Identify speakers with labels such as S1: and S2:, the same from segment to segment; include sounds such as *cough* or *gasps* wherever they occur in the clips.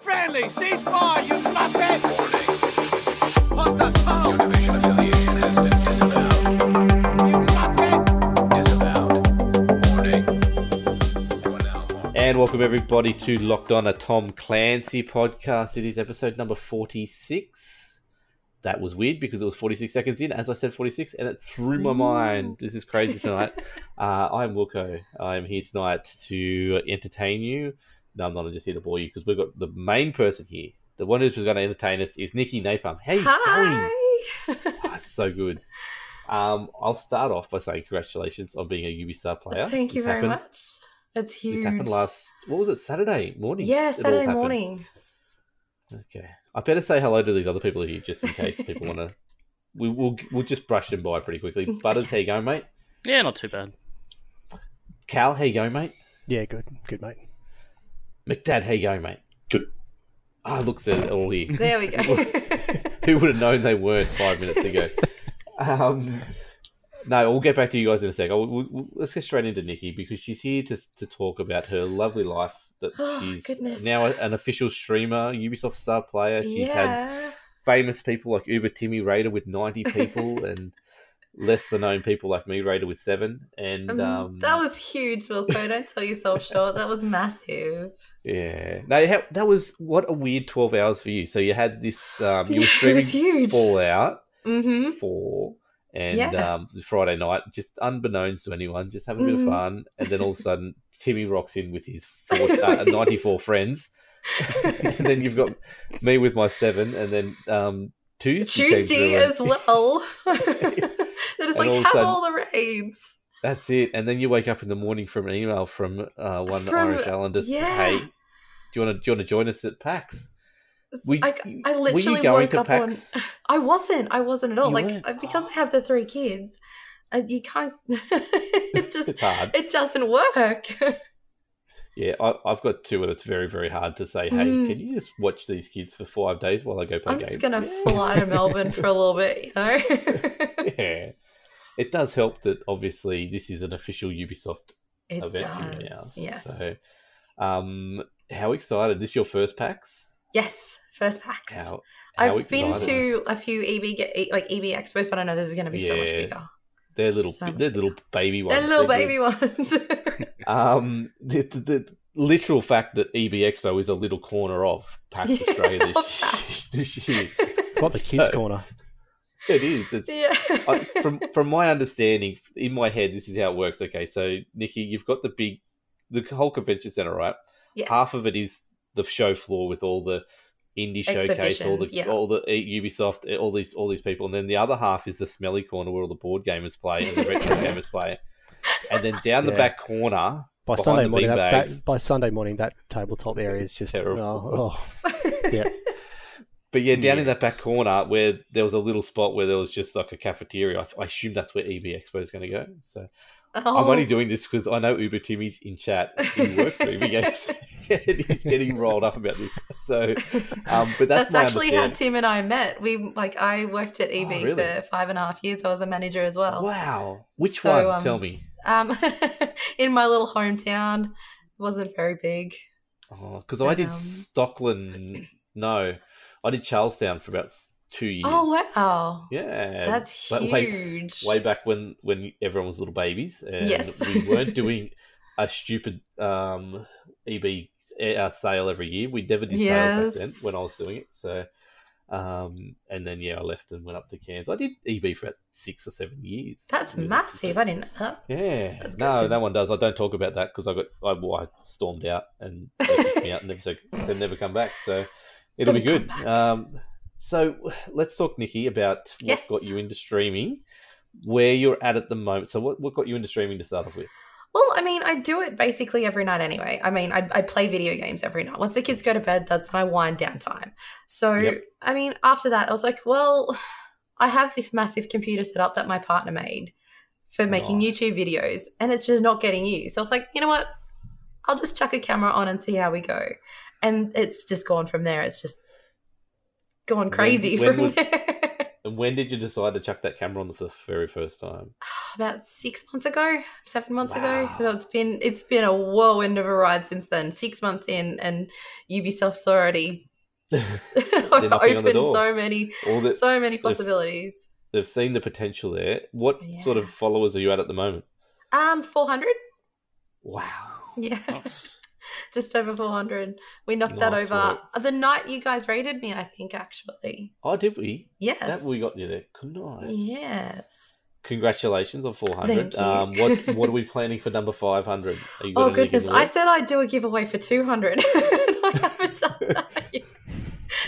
S1: Friendly, ceasefire, you blockhead! What the
S2: Your
S1: fuck,
S2: division affiliation has been disavowed.
S1: you blockhead?
S2: Disavowed. Warning. You are now on
S3: And welcome everybody to Locked On, a Tom Clancy podcast. It is episode number 46. That was weird because it was 46 seconds in, as I said, 46, and it threw my mind. This is crazy *laughs*
S4: *laughs*
S3: tonight. uh, I'm Wilco. I'm here tonight to entertain you. No, I'm not I'm just here to bore you because we've got the main person here. The one who's going to entertain us is Nikki Napalm. How you going?
S4: Hi.
S3: Oh, it's so good. Um, I'll start off by saying congratulations on being a Ubisoft player.
S4: Thank you
S3: This
S4: very
S3: happened-
S4: much. It's huge.
S3: This happened last. What was it? Saturday morning.
S4: Yeah,
S3: it all
S4: Saturday
S3: happened.
S4: morning.
S3: Okay, I better say hello to these other people here just in case people want
S4: *laughs*
S3: to. We will we'll just brush them by pretty quickly. Butters, how you going, mate?
S5: Yeah, not too bad.
S3: Cal, how you going, mate?
S6: Yeah, good, good mate.
S3: McDad, how you going, mate?
S2: Good.
S3: Ah, look, they're all here.
S4: There we
S3: *laughs*
S4: go.
S3: Who would have known they weren't five minutes ago? um, no, we'll get back to you guys in a 2nd We'll, we'll- let's get straight into Nikki because she's here to, to talk about her lovely life that
S4: Oh,
S3: she's
S4: goodness.
S3: now an official streamer, Ubisoft star
S4: *laughs*
S3: player. She's had
S4: yeah.
S3: famous people like Uber Timmy Raider with 90
S4: *laughs*
S3: people and lesser known people like me Raider with 7 and
S4: Um,
S3: um,
S4: that was huge, Wilco. Don't
S3: *laughs*
S4: sell yourself short. That was massive.
S3: yeah no ha- that was what a weird 12 hours for you so you had this um you were
S4: *laughs* it was
S3: streaming
S4: huge.
S3: Fallout
S4: Mm-hmm.
S3: *laughs* 4 and
S4: Yeah.
S3: um Friday night just unbeknownst to anyone just having a bit
S4: Mhm.
S3: of fun and then all of a sudden Timmy rocks in with his four,
S4: *laughs*
S3: uh, 94 friends and then you've got me with my 7 and then um Tuesday came
S4: Tuesday
S3: through and-
S4: as
S3: *laughs*
S4: well. *laughs* They're just
S3: And
S4: like,
S3: all of a
S4: have
S3: sudden-
S4: all the raids.
S3: That's it. And then you wake up in the morning from an email from uh, one
S4: From-
S3: Irish Islander. saying,
S4: yeah.
S3: Hey, do you want to do you want to join us at PAX? Were,
S4: I-
S3: you-
S4: I
S3: were you
S4: literally
S3: going
S4: woke
S3: to
S4: up on-
S3: PAX?
S4: I wasn't. I wasn't at all.
S3: You
S4: like,
S3: weren't? Oh.
S4: I- because I have the three kids, I, you can't. *laughs* *laughs* it just.
S3: It's hard.
S4: It doesn't work. *laughs*
S3: Yeah, I, I've got two, and it's very very hard to say. Hey,
S4: Mm.
S3: can you just watch these kids for five days while I go play
S4: I'm
S3: games? *laughs*
S4: just gonna
S3: Yeah.
S4: fly to Melbourne for a little bit, you know.
S3: *laughs*
S4: *laughs*
S3: yeah. It does help that obviously this is an official Ubisoft
S4: it
S3: event for you now.
S4: does. Yes.
S3: So, um, how excited? This your first PAX?
S4: Yes. First packs.
S3: How? how
S4: I've been
S3: excited?
S4: to a few E EB ge- like EB expos, but I know this is gonna be so much
S3: Yeah.
S4: bigger.
S3: They're little,
S4: So much
S3: they're little baby ones.
S4: They're little
S3: They're good.
S4: baby ones.
S3: *laughs*
S4: *laughs*
S3: Um, the, the, the literal fact that EB Expo is a little corner of PAX
S4: *laughs* Yeah,
S3: Australia
S4: of
S3: this, *laughs* this year. *laughs*
S6: It's like the kids'
S3: So-
S6: corner.
S3: It is. It's
S4: yeah.
S3: I, from from my understanding, in my head, this is how it works. Okay, so Nikki, you've got the big, the whole convention center, right?
S4: *laughs* yes.
S3: Half of it is the show floor with all the indie showcase, all the
S4: Exhibitions, yeah.
S3: all the eh, Ubisoft, all these all these people, and then the other half is the smelly corner where all the board gamers play and the
S4: *laughs*
S3: retro gamers play, and then down the
S6: Yeah.
S3: back corner
S6: By
S3: Behind
S6: Sunday
S3: the
S6: morning, that,
S3: beanbags.
S6: that, by Sunday morning, that tabletop area is just
S3: Terrible.
S6: oh, oh,
S4: *laughs*
S6: yeah.
S3: But yeah, down in that back corner where there was a little spot where there was just like a cafeteria, I, th- I assume that's where EB Expo is going to go. So I'm
S4: Oh.
S3: only doing this because I know Uber Timmy's in chat. He works for EB Games. and *laughs* he's getting rolled up about this. So,
S4: *laughs*
S3: um, but that's,
S4: that's
S3: my
S4: actually
S3: understanding.
S4: how
S3: Oh,
S4: Tim and I met. We like I worked at EB
S3: really?
S4: for five and a half years. I was a manager as well.
S3: Wow, which
S4: So,
S3: one?
S4: um,
S3: Tell me.
S4: Um, *laughs* in my little hometown, it wasn't very big.
S3: Because Oh, I did
S4: um, *clears throat*
S3: Stockland. No, I did Charlestown for about two years.
S4: Oh wow,
S3: Yeah,
S4: that's
S3: But, *laughs*
S4: huge.
S3: like, way back when when everyone was little babies and
S4: Yes.
S3: we
S4: *laughs*
S3: weren't doing a stupid um eb uh, sale every year we never did sales
S4: Yes.
S3: back then when i was doing it so um and then yeah i left and went up to cairns i did eb for about six or seven years
S4: That's
S3: I mean, it's-
S4: massive. I didn't know that.
S3: yeah
S4: That's
S3: no
S4: good.
S3: no one does i don't talk about that because i got I, well, I stormed out and they kicked me out and never *laughs* said they never come back so it'll be
S4: Don't
S3: good
S4: come back.
S3: um so let's talk nikki about what
S4: Yes.
S3: got you into streaming where you're at at the moment so what, what got you into streaming to start off with
S4: Well, I mean, I do it basically every night anyway. I mean, I, I play video games every night. Once the kids go to bed, that's my wind down time. So,
S3: Yep.
S4: I mean, after that, I was like, well, *sighs* I have this massive computer set up that my partner made for making
S3: Nice.
S4: YouTube videos, and it's just not getting used. So I was like, you know what? I'll just chuck a camera on and see how we go. And it's just gone from there. It's just gone crazy
S3: when
S4: from
S3: was-
S4: there. *laughs*
S3: and when did you decide to chuck that camera on for the very first time *laughs*
S4: about six months ago, seven months ago. So it's been it's been a whirlwind of a ride since then. Six months in, and Ubisoft's already *laughs*
S3: knocking on the
S4: opened
S3: door.
S4: so many
S3: All
S4: *laughs*
S3: that
S4: so many possibilities.
S3: they've seen the potential there. What
S4: Yeah.
S3: sort of followers are you at at the moment?
S4: Um, four hundred.
S3: Wow.
S4: Yeah.
S2: Nice.
S4: *laughs* just over 400. We knocked that
S3: Nice
S4: over
S3: work.
S4: the night you guys rated me, I think, actually.
S3: Oh, did we?
S4: Yes.
S3: That we got you there. Nice.
S4: Yes.
S3: Congratulations on 400.
S4: Thank you.
S3: Um, what what are we planning for number 500? Are you got
S4: oh,
S3: anything in
S4: goodness.
S3: the
S4: I
S3: works?
S4: said I'd do a giveaway for 200. *laughs* and I haven't done
S3: *laughs*
S4: that yet.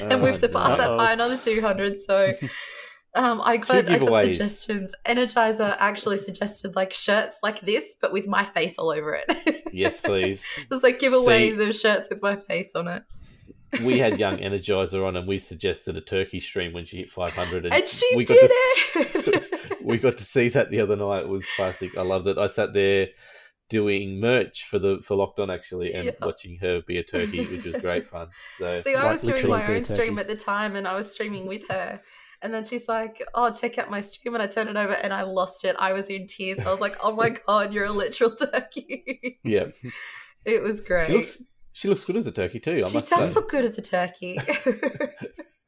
S4: And
S3: Oh,
S4: we've surpassed
S3: no.
S4: that by another 200.
S3: *laughs*
S4: So. Um, I got, I got
S3: giveaways.
S4: suggestions. Energizer actually suggested like shirts like this, but with my face all over it. *laughs*
S3: Yes, please.
S4: Just like giveaways of shirts with my face on it.
S3: We had young Energizer on, and we suggested a turkey stream when she hit 500,
S4: And she
S3: we
S4: did
S3: to- *laughs*
S4: it. *laughs*
S3: we got to see that the other night. It was classic. I loved it. I sat there doing merch for the for Locked On actually, and
S4: Yeah.
S3: watching her be a turkey, which was great fun. So
S4: *laughs* See, I
S6: Like,
S4: was doing
S6: literally
S4: my
S6: be a
S4: own stream
S6: turkey.
S4: at the time and I was streaming with her. And then she's like, Oh, check out my stream. And I turned it over and I lost it. I was in tears. I was like,
S3: *laughs*
S4: Oh my God, you're a literal turkey. *laughs*
S3: yeah,
S4: it was great.
S3: she looks she looks good as a turkey too. I
S4: She
S3: must
S4: does
S3: say.
S4: look good as a turkey. *laughs*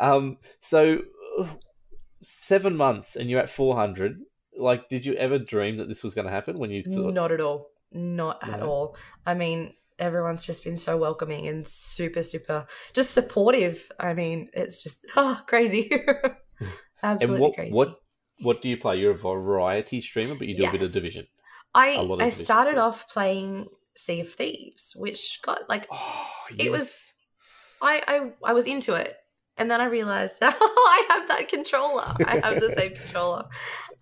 S3: Um, so uh, seven months, and you're at 400. Like, did you ever dream that this was going to happen when you thought?
S4: Not at all. Not at
S3: No.
S4: all. I mean, everyone's just been so welcoming and super, super just supportive. I mean, it's just oh, crazy. *laughs*
S3: *laughs*
S4: Absolutely
S3: and what
S4: crazy.
S3: what what do you play? You're a variety streamer, but you do a bit of
S4: Yes.
S3: division.
S4: I
S3: a lot of
S4: I
S3: business,
S4: started
S3: yeah.
S4: off playing Sea of Thieves, which got like
S3: Oh, *gasps*
S4: It was- I I, I was into it, and then I realized *laughs* oh, I have that controller. I have the same controller.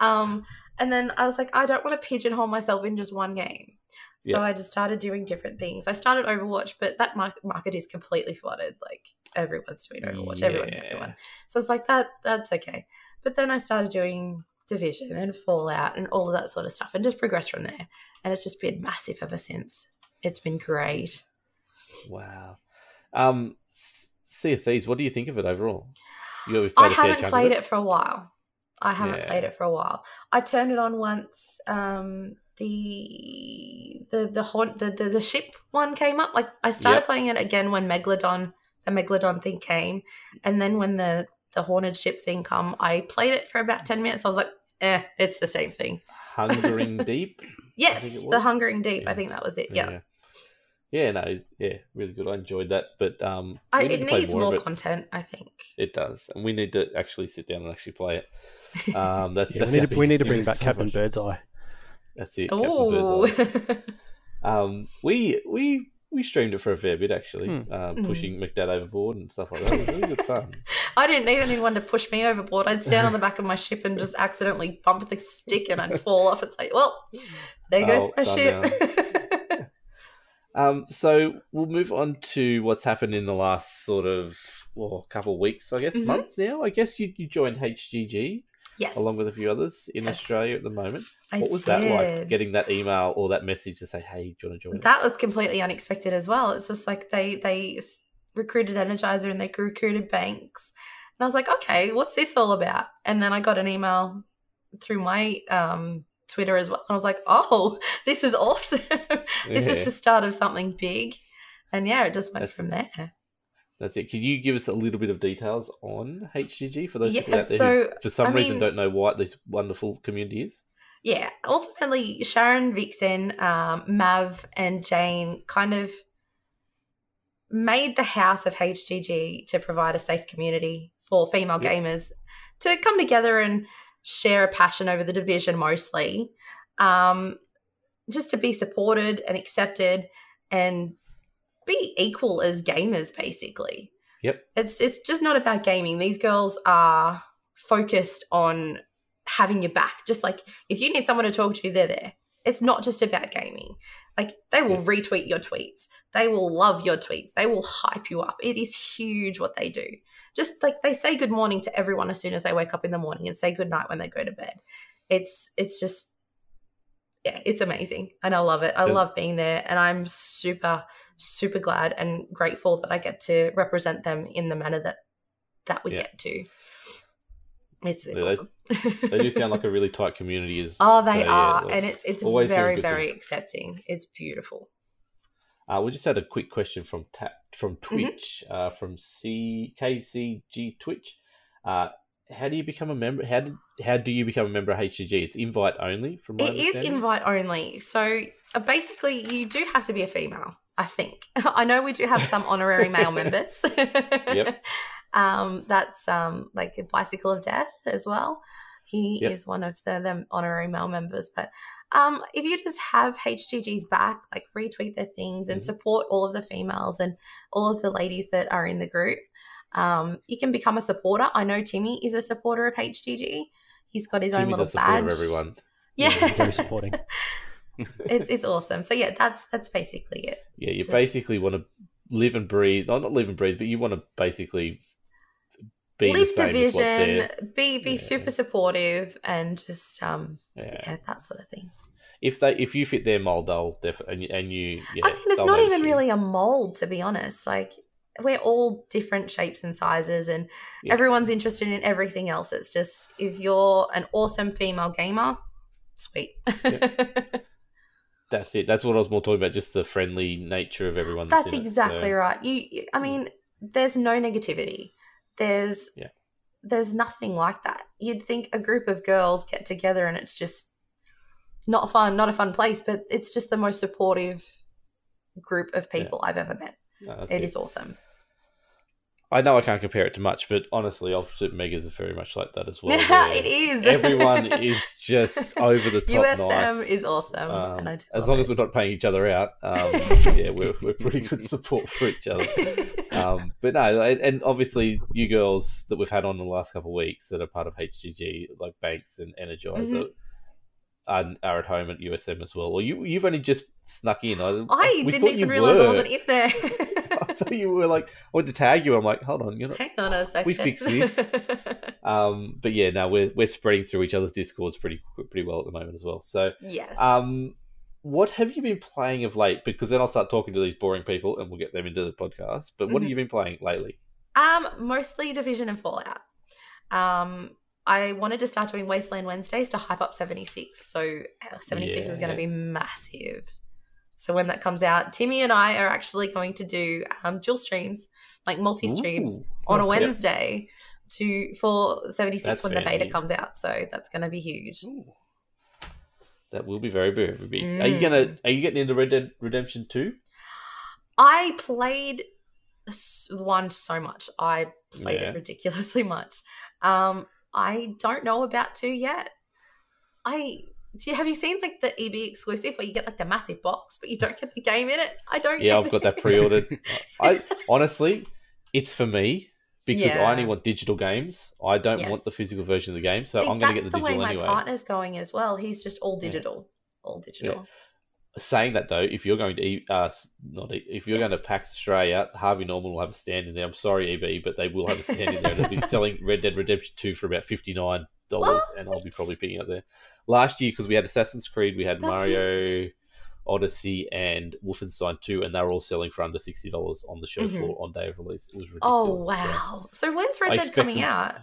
S4: Um, and then I was like, I don't want to pigeonhole myself in just one game. So
S3: Yeah.
S4: I just started doing different things. I started Overwatch, but that mar- market is completely flooded. Like everyone's doing Overwatch, everyone,
S3: Yeah.
S4: everyone. So it's like that. That's okay. But then I started doing Division and Fallout and all of that sort of stuff, and just progressed from there. And it's just been massive ever since. It's been great.
S3: wow. Um, S- Sea of Thieves. What do you think of it overall? You ever
S4: I
S3: played a fair
S4: haven't
S3: chunk
S4: played
S3: of
S4: it for a while. I haven't
S3: Yeah.
S4: played it for a while. I turned it on once. Um, the the the haunt the, the the ship one came up. Like I started
S3: Yep.
S4: playing it again when Megalodon the Megalodon thing came, and then when the the haunted ship thing come, I played it for about ten minutes. I was like, eh, it's the same thing. *laughs*
S3: Hungering Deep.
S4: Yes,
S3: it
S4: the
S3: was.
S4: Hungering Deep.
S3: Yeah.
S4: I think that was it. Yeah,
S3: yeah. Yeah, no, yeah, really good. I enjoyed that, but um,
S4: I,
S3: we need
S4: it
S3: to play
S4: needs
S3: more of
S4: more
S3: it.
S4: content. I think.
S3: It does, and we need to actually sit down and actually play it.
S4: *laughs*
S3: Um, that's,
S6: Yeah,
S3: that's
S6: we, need
S3: the
S6: to, we need to
S3: biggest
S6: bring
S3: thing.
S6: back
S3: So
S6: Captain
S3: much-
S6: Birdseye.
S3: That's it. Captain
S4: Oh,
S3: Birdseye.
S4: *laughs*
S3: Um, we we we streamed it for a fair bit actually,
S6: Hmm.
S3: uh,
S4: Mm.
S3: pushing McDad overboard and stuff like that. It was really good fun.
S4: I didn't even need one to push me overboard. I'd stand on the back of my ship and just accidentally bump the stick and I'd fall off. It's like, well, there goes
S3: Oh,
S4: my
S3: done
S4: ship.
S3: Um, so we'll move on to what's happened in the last sort of well, couple of weeks, I guess,
S4: Mhm.
S3: month now. I guess you you joined HGG
S4: *laughs* yes.
S3: along with a few others in
S4: Yes.
S3: Australia at the moment.
S4: I
S3: what was that like?
S4: did.
S3: Getting that email or that message to say, "Hey, do you want to join?" us?"
S4: That was completely unexpected as well. It's just like they they s- recruited Energizer and they recruited Banks, and I was like, okay, what's this all about? And then I got an email through my um, Twitter as well, and I was like, oh, *laughs* this is awesome. this
S3: Yeah.
S4: is the start of something big, and yeah, it just went
S3: That's-
S4: from there.
S3: That's it. Can you give us a little bit of details on HGG for those people
S4: Yeah,
S3: out there who,
S4: so,
S3: for some
S4: I
S3: reason,
S4: mean-
S3: don't know what this wonderful community is?
S4: yeah, ultimately, Sharon, Vixen, um, Mav, and Jane kind of made the house of HGG to provide a safe community for female
S3: Yeah.
S4: gamers to come together and share a passion over the division mostly, um, just to be supported and accepted and be equal as gamers, basically.
S3: Yep.
S4: It's it's just not about gaming. These girls are focused on having your back. Just like if you need someone to talk to, they're there. It's not just about gaming. Like they will
S3: Yeah.
S4: retweet your tweets. They will love your tweets. They will hype you up. It is huge what they do. Just like they say good morning to everyone as soon as they wake up in the morning and say good night when they go to bed. It's it's just yeah, it's amazing. And I love it. I
S3: So-
S4: love being there and I'm super super glad and grateful that I get to represent them in the manner that that we
S3: Yeah.
S4: get to. It's, it's
S3: Yeah, they-
S4: awesome.
S3: They do sound like a really tight community. Is
S4: *laughs* Oh, they
S3: so, yeah,
S4: are,
S3: like-
S4: and it's it's
S3: always hearing
S4: very
S3: good
S4: very
S3: things.
S4: accepting. It's beautiful.
S3: Uh, we just had a quick question from ta- from
S4: mm-hmm.
S3: Twitch, uh, from C- KCG Twitch. Uh, how do you become a member? How did, how do you become a member of HCG? It's invite only. From my
S4: It is
S3: understanding.
S4: invite only, so uh, basically you do have to be a female. I think. *laughs* I know we do have some
S3: *laughs*
S4: honorary male members.
S3: Yep.
S4: *laughs* Um, that's um like a bicycle of death as well. He
S3: Yep.
S4: is one of the, the honorary male members, but um, if you just have HGG's back, like retweet their things and
S3: Mhm.
S4: support all of the females and all of the ladies that are in the group, um, you can become a supporter. I know Timmy is a supporter of HGG. He's got his own
S3: Timmy's
S4: little
S3: a supporter
S4: badge.
S3: of everyone.
S6: Yeah,
S4: *laughs* Yeah,
S6: very supporting.
S4: it's it's awesome. So yeah, that's that's basically it.
S3: Yeah, you
S4: Just-
S3: basically want to live and breathe. Well, not live and breathe, but you want to basically be the
S4: Live
S3: same with what
S4: division,
S3: they're-
S4: be be
S3: Yeah.
S4: super supportive, and just um,
S3: yeah.
S4: yeah, that sort of thing.
S3: If they if you fit their mold, they'll definitely and, you- and you. Yeah,
S4: I mean, it's
S3: they'll
S4: not
S3: notice
S4: even
S3: you.
S4: really a mold, to be honest. Like, we're all different shapes and sizes, and
S3: Yeah.
S4: everyone's interested in everything else. It's just if you're an awesome female gamer, sweet. *laughs*
S3: That's it. That's what I was more talking about. Just the friendly nature of everyone.
S4: That's
S3: in it, so- Hmm.
S4: exactly right. You, I mean, there's no negativity. There's,
S3: Yeah.
S4: there's nothing like that. You'd think a group of girls get together and it's just not fun, not a fun place, but it's just the most supportive group of
S3: Yeah.
S4: people I've ever met.
S3: No, that's
S4: It
S3: it.
S4: is awesome. *laughs*
S3: I know I can't compare it to much, but honestly, Opposite Mega is very much like that
S4: *laughs*
S3: as well.
S4: Yeah,
S3: where
S4: it is. *laughs*
S3: Everyone is just over the top.
S4: USM
S3: nice.
S4: is awesome,
S3: Um,
S4: and I do
S3: as
S4: love
S3: long
S4: it.
S3: as we're not paying each other out, um, yeah, we're, we're pretty good support for each
S4: *laughs*
S3: other. Um, but no, and and obviously, you girls that we've had on the last couple of weeks that are part of HGG, like Banks and Energize,
S4: Mhm.
S3: are, are at home at USM as well. Or you, you've only just snuck in. I, *laughs*
S4: I
S3: we
S4: didn't
S3: thought
S4: even
S3: you
S4: realize I
S3: were.
S4: wasn't in
S3: *laughs*
S4: there.
S3: I thought you were like, I went to tag you. I'm like, hold on,
S4: *laughs*
S3: you're not.
S4: Hang on a second.
S3: We fix this. Um, but yeah, no, we're we're spreading through each other's discords pretty pretty well at the moment as well. So,
S4: *laughs* yes.
S3: um, what have you been playing of late? Because then I'll start talking to these boring people, and we'll get them into the podcast. But
S4: Mm-hmm.
S3: what have you been playing lately?
S4: Um, mostly Division and Fallout. Um, I wanted to start doing Wasteland Wednesdays to hype up 76. So uh, 76 is going
S3: Yeah.
S4: to be massive. So when that comes out, Timmy and I are actually going to do um, dual streams, like multi streams,
S3: Ooh.
S4: on
S3: Yep.
S4: a Wednesday to for 76
S3: That's
S4: when the
S3: fancy.
S4: beta comes out. So that's going to be huge.
S3: Ooh. That will be very very big. Are
S4: Mm.
S3: you gonna? Are you getting into Red Dead Redemption Two?
S4: I played s- one so much. I played
S3: Yeah.
S4: it ridiculously *laughs* much. Um, I don't know about two yet. I do. You, have you seen like the EB exclusive where you get like the massive box, but you don't get the game in it? I don't.
S3: Yeah,
S4: get
S3: I've got that
S4: it. *laughs*
S3: pre-ordered. I honestly, it's for me because I only
S4: Yeah.
S3: want digital games. I don't
S4: Yes.
S3: want the physical version of the game, so
S4: See,
S3: I'm
S4: that's
S3: going to get the,
S4: way
S3: digital
S4: my
S3: anyway.
S4: partner's going as well. He's just all
S3: Yeah.
S4: digital, all digital.
S3: Saying that though, if you're going to E- uh, s- not E- if you're
S4: Yes.
S3: going to PAX Australia, Harvey Norman will have a stand in there. I'm sorry, EB, but they will have a stand in there. and
S4: *laughs*
S3: They'll be selling Red Dead Redemption Two for about fifty nine dollars, and I'll be probably picking up there. Last year, because we had Assassin's Creed, we had
S4: That's
S3: Mario
S4: huge.
S3: Odyssey and Wolfenstein Two, and they were all selling for under sixty dollars on the show
S4: Mhm.
S3: floor on day of release. It was ridiculous.
S4: Oh
S3: So,
S4: wow! So when's
S3: I
S4: Red Dead
S3: expect
S4: coming
S3: them-
S4: out?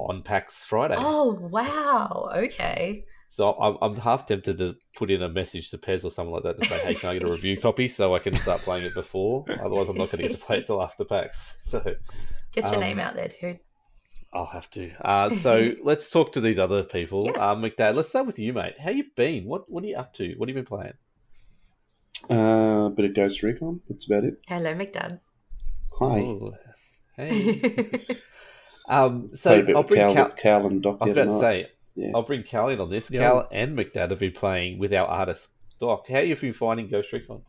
S3: on PAX Friday.
S4: Oh wow! Okay.
S3: So I'm, I'm half tempted to put in a message to Pez or something like that to say, hey, can I get a review copy so I can start playing it before? Otherwise, I'm not going to get to play it till after PAX. *laughs* So
S4: Get your
S3: Um,
S4: name out there, dude.
S3: I'll have to. Uh, so let's talk to these other people.
S4: Yes.
S3: Uh, McDad, let's start with you, mate. How you been? What What are you up to? What have you been playing?
S2: Uh, bit of Ghost Recon. That's about it.
S4: Hello, McDad.
S2: Hi.
S3: Ooh. Hey.
S4: *laughs*
S3: um, so
S2: Played a bit
S3: I'll
S2: with
S3: bring
S2: Cal,
S3: Cal.
S2: with Cal and Doc.
S3: I was
S2: the
S3: about
S2: other
S3: to
S2: night.
S3: say,
S2: Yeah.
S3: I'll bring Cal in on this.
S6: Yeah.
S3: Cal and McDad have been playing with our artist, Doc. How have you been finding Ghost Recon?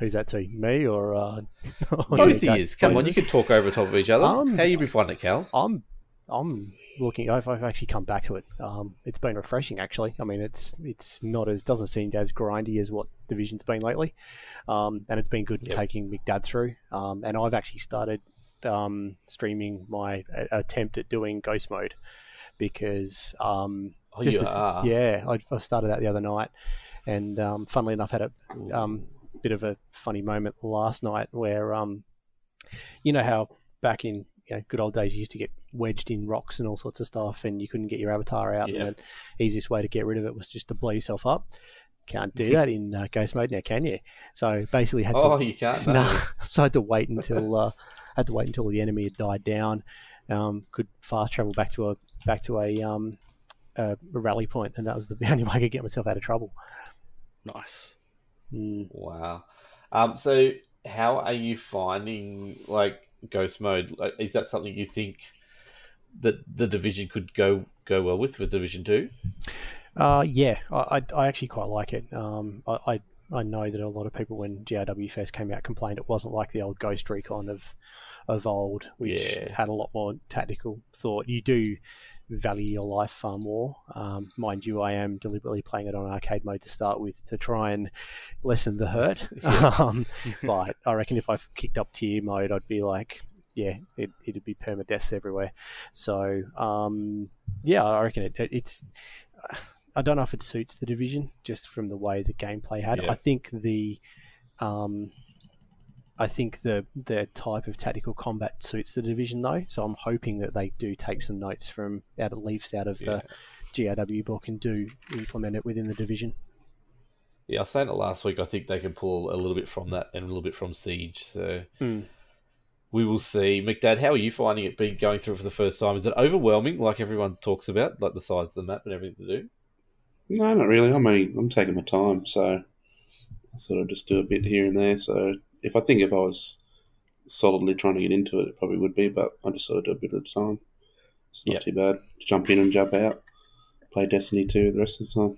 S6: Who's that to? Me or uh, *laughs*
S3: Both ears. Come on, you can talk over top of each other.
S6: Um,
S3: How you been finding it, Cal?
S6: I'm I'm looking. I've, I've actually come back to it. Um, it's been refreshing, actually. I mean, it's it's not as doesn't seem as grindy as what Division's been lately, um, and it's been good
S3: Yep.
S6: taking McDad through. Um, and I've actually started um, streaming my a- attempt at doing Ghost Mode because um,
S3: Oh,
S6: just
S3: you
S6: as-
S3: are.
S6: yeah, I, I started that the other night, and um, funnily enough, had a um, bit of a funny moment last night where um, you know how back in you know, good old days you used to get wedged in rocks and all sorts of stuff, and you couldn't get your avatar out.
S3: Yeah.
S6: And the easiest way to get rid of it was just to blow yourself up.
S3: *laughs*
S6: Can't do that in uh, ghost mode now, can you? So basically, had to
S3: Oh, you can't. No.
S6: *laughs* no, so I had to wait until uh, I had to wait until the enemy had died down. Um, could fast travel back to a back to a, um, a rally point, and that was the *laughs* only way I could get myself out of trouble.
S5: Nice.
S6: Mm.
S3: Wow. Um, so, how are you finding like ghost mode? Like, is that something you think that the division could go go well with with division two?
S6: Uh, yeah, I, I, I actually quite like it. Um, I, I I know that a lot of people when GRW first came out complained it wasn't like the old Ghost Recon of of old, which
S3: Yeah.
S6: had a lot more tactical thought. You do value your life far more. Um, mind you, I am deliberately playing it on arcade mode to start with to try and lessen the hurt. *laughs* um, but I reckon if I kicked up tier mode, I'd be like, yeah, it, it'd be permadeaths everywhere. So um, yeah, I reckon it, it, it's. I don't know if it suits the division just from the way the gameplay had.
S3: Yeah.
S6: I think the, um, I think the the type of tactical combat suits the division though. So I'm hoping that they do take some notes from out of leaves out of the GRW book and do implement it within the division.
S3: Yeah, I was saying it last week. I think they can pull a little bit from that and a little bit from Siege. So
S6: Mm.
S3: we will see. McDad, how are you finding it being going through it for the first time? Is it overwhelming, like everyone talks about, like the size of the map and everything to do?
S2: No, not really. I mean, I'm taking my time, so I sort of just do a bit here and there. So if I think if I was solidly trying to get into it, it probably would be, but I just sort of do a bit at a time. It's not
S3: Yep.
S2: too bad. Jump in and jump out. Play Destiny 2 the rest of the time.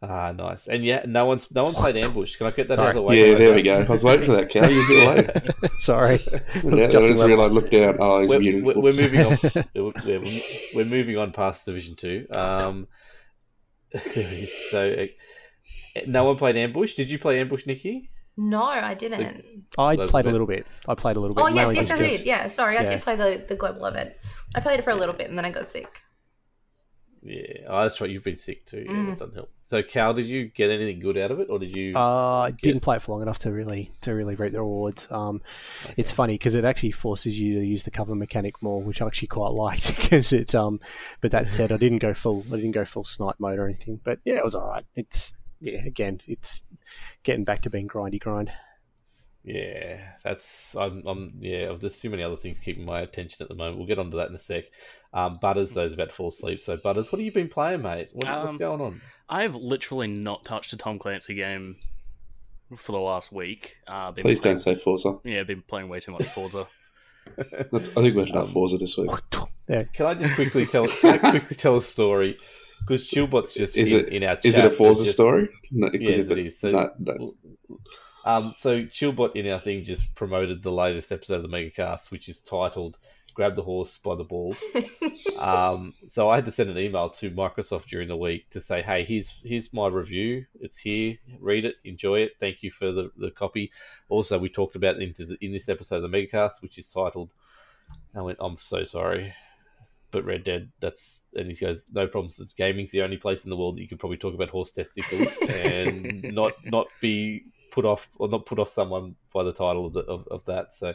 S3: Ah, nice. And yeah, no one's no one played ambush. Can I get that out of the
S6: Sorry.
S3: way?
S2: yeah, there we go. I was waiting for that, Cal. You're a bit
S3: *laughs*
S2: late.
S6: Sorry,
S2: And I just realised, look down. Oh, he's
S3: we're,
S2: muted.
S3: we're, we're
S2: Whoops.
S3: moving on. we're, we're- we're moving on past Division Two. Um, *laughs* so, uh, no one played Ambush. Did you play Ambush, Nikki?
S4: No, I didn't.
S6: I
S3: Well,
S6: played a
S3: but-
S6: little bit. I played a little bit.
S4: Oh yes,
S6: mainly
S4: yes, I
S6: just-
S4: did. Yeah, sorry, I
S6: yeah.
S4: did play the, the global event. I played it for a little bit and then I got sick.
S3: Yeah, oh, that's right. You've been sick too. Yeah,
S4: Mm.
S3: that doesn't help. So, Cal, did you get anything good out of it, or did you?
S6: Uh, I
S3: Yeah.
S6: didn't play it for long enough to really to really reap the rewards. Um, It's funny because it actually forces you to use the cover mechanic more, which I actually quite *laughs* liked because it's um. But
S3: *laughs*
S6: that said, I didn't go full I didn't go full snipe mode or anything. But yeah, it was all right. It's yeah, again, it's getting back to being
S3: *laughs*
S6: grindy grind.
S3: Yeah, that's I'm, I'm yeah. I've- There's too many other things keeping my attention at the moment. We'll get onto that in a sec. Um, Butters, though, is about to fall asleep. So, Butters, what have you been playing, mate? What, what's
S5: Um,
S3: going on?
S5: I've literally not touched a Tom Clancy game for the last week. Uh, been
S2: Please
S5: playing-
S2: don't say Forza.
S5: Yeah, been playing way too much Forza.
S2: That's, I think we're
S3: Um,
S2: have Forza this
S3: oh,
S2: week.
S6: Yeah.
S3: Can I just quickly tell? can
S2: *laughs*
S3: I quickly tell a story? Because Chillbot's just
S2: Is
S3: in,
S2: it-
S3: in our chat.
S2: Is it a
S3: has
S2: Forza
S3: just-
S2: story? No, 'cause
S3: Yes,
S2: if
S3: it is. So-
S2: no, no.
S3: Um, so Chillbot in our thing just promoted the latest episode of the MegaCast, which is titled "Grab the Horse by the
S2: *laughs*
S3: Balls." um, so I had to send an email to Microsoft during the week to say, "Hey, here's here's my review. It's here. Read it, enjoy it. Thank you for the, the copy." Also, we talked about into the, in this episode of the MegaCast, which is titled. I went, "I'm so sorry." But Red Dead, that's and he goes, no problems. Gaming's the only place in the world that you could probably talk about horse testicles and not not be put off or not put off someone by the title of, the, of, of that. So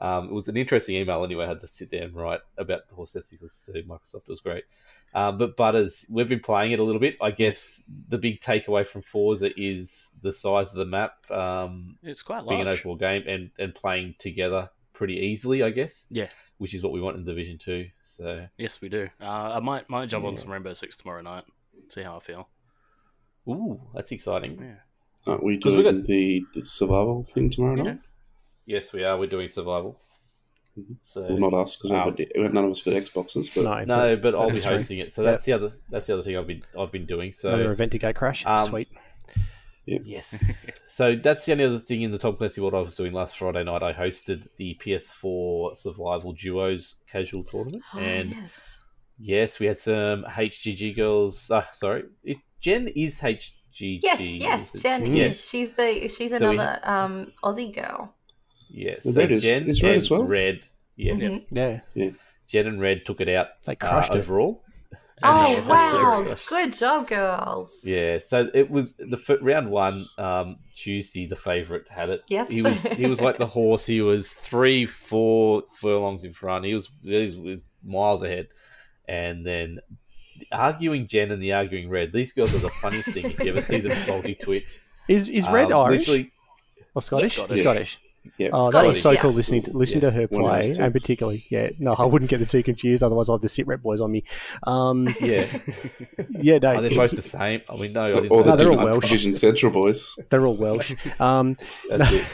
S3: um, it was an interesting email anyway. I had to sit there and write about the horse testicles to Microsoft. It was great. Um, but Butters, we've been playing it a little bit. I guess the big takeaway from Forza is the size of the map, um,
S5: *laughs* It's quite
S3: being an
S5: large.
S3: overall game, and, and playing together pretty easily, I guess.
S5: Yeah.
S3: Which is what we want in Division 2. So,
S5: Yes, we do. Uh, I might might jump on
S3: Yeah.
S5: some Rainbow Six tomorrow night. See how I feel.
S3: ooh, that's exciting.
S5: Yeah.
S2: Aren't we
S3: 'Cause
S2: doing
S3: we
S2: the, the survival thing tomorrow night?
S3: Yes, we are. We're doing survival.
S4: Mm-hmm.
S2: Mhm.
S3: So
S2: Well, not us because
S3: Um,
S2: none of us got Xboxes.
S6: No,
S2: But
S3: no, but I'll be
S6: That's right.
S3: hosting it. So
S6: Yeah.
S3: that's the other that's the other thing I've been I've been doing.
S6: another
S3: So
S6: event to go crash.
S3: Um,
S6: Sweet.
S3: yes, so that's the only other thing in the Tom Clancy world I was doing last Friday night. I hosted the PS4 Survival Duos Casual
S4: *gasps*
S3: Tournament,
S4: Oh,
S3: and
S4: yes.
S3: yes, we had some HGG girls. Uh, sorry, it, Jen is HGG.
S4: Yes,
S3: is
S4: yes,
S3: it?
S4: Jen is.
S2: Yes.
S4: She's the she's
S3: So we-
S4: another um Aussie girl.
S3: Yes,
S2: The
S3: so
S2: red is-
S3: Jen
S2: is red
S3: and
S2: as well?
S3: Red. Yes,
S4: Mhm.
S6: Yeah,
S3: Jen and Red took it out
S6: they
S3: uh,
S6: crushed it.
S3: overall.
S4: Oh,
S5: And-
S4: wow.
S5: Hilarious.
S4: Good job, girls.
S3: Yeah, so it was the f- round one um, Tuesday. The favorite had it.
S4: Yep.
S3: he was he was
S4: *laughs*
S3: like the horse. He was three, four furlongs in front. He was, he was, he was miles ahead, and then the arguing Jen and the arguing Red. These girls are the funniest thing if you ever see them multi twitch.
S6: Is is Red
S3: Um,
S6: Irish
S3: literally-
S6: or Scottish?
S5: Scottish.
S2: Yep.
S6: Oh, that was so
S4: Scottish,
S6: cool
S4: yeah.
S6: listening to, listening
S3: Yeah,
S6: to her
S2: one of
S6: play,
S2: those two.
S6: and particularly, yeah, no, I wouldn't get the two confused. Otherwise, I'll have the sit rep boys on me. Um, *laughs*
S3: yeah.
S6: yeah,
S3: *laughs*
S6: no,
S3: Are they Oh, both the same? I mean, no. I didn't
S2: Or
S3: say
S2: the
S6: No, they're all
S3: that.
S2: Division-
S6: Welsh.
S2: Division Central boys.
S6: they're all Welsh. Um,
S3: That's it.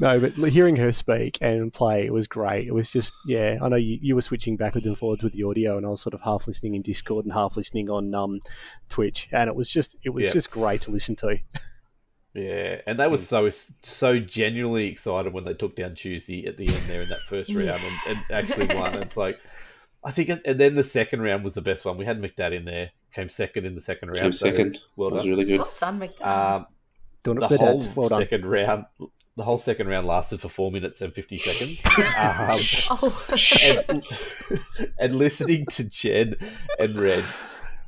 S6: no, but hearing her speak and play was great. It was just, yeah, I know you, you were switching backwards and forwards with the audio, and I was sort of half listening in Discord and half listening on um, Twitch, and it was just, it was
S3: Yeah.
S6: just great to listen to.
S3: Yeah, and they were so so genuinely excited when they took down Tuesday at the end there in that first round and, and actually won. It's like I think, it, and then the second round was the best one. We had McDad in there, came second in the second round.
S2: Came
S3: so
S2: second.
S3: well
S2: that was
S3: done.
S2: really good.
S4: Well done, McDonald.
S3: Um,
S6: Doing it
S3: the
S6: for the
S3: whole
S6: dads. Well done.
S3: second round, the whole second round lasted for four minutes and fifty seconds. Um,
S4: *laughs* oh, *laughs*
S3: and, and listening to Jen and Red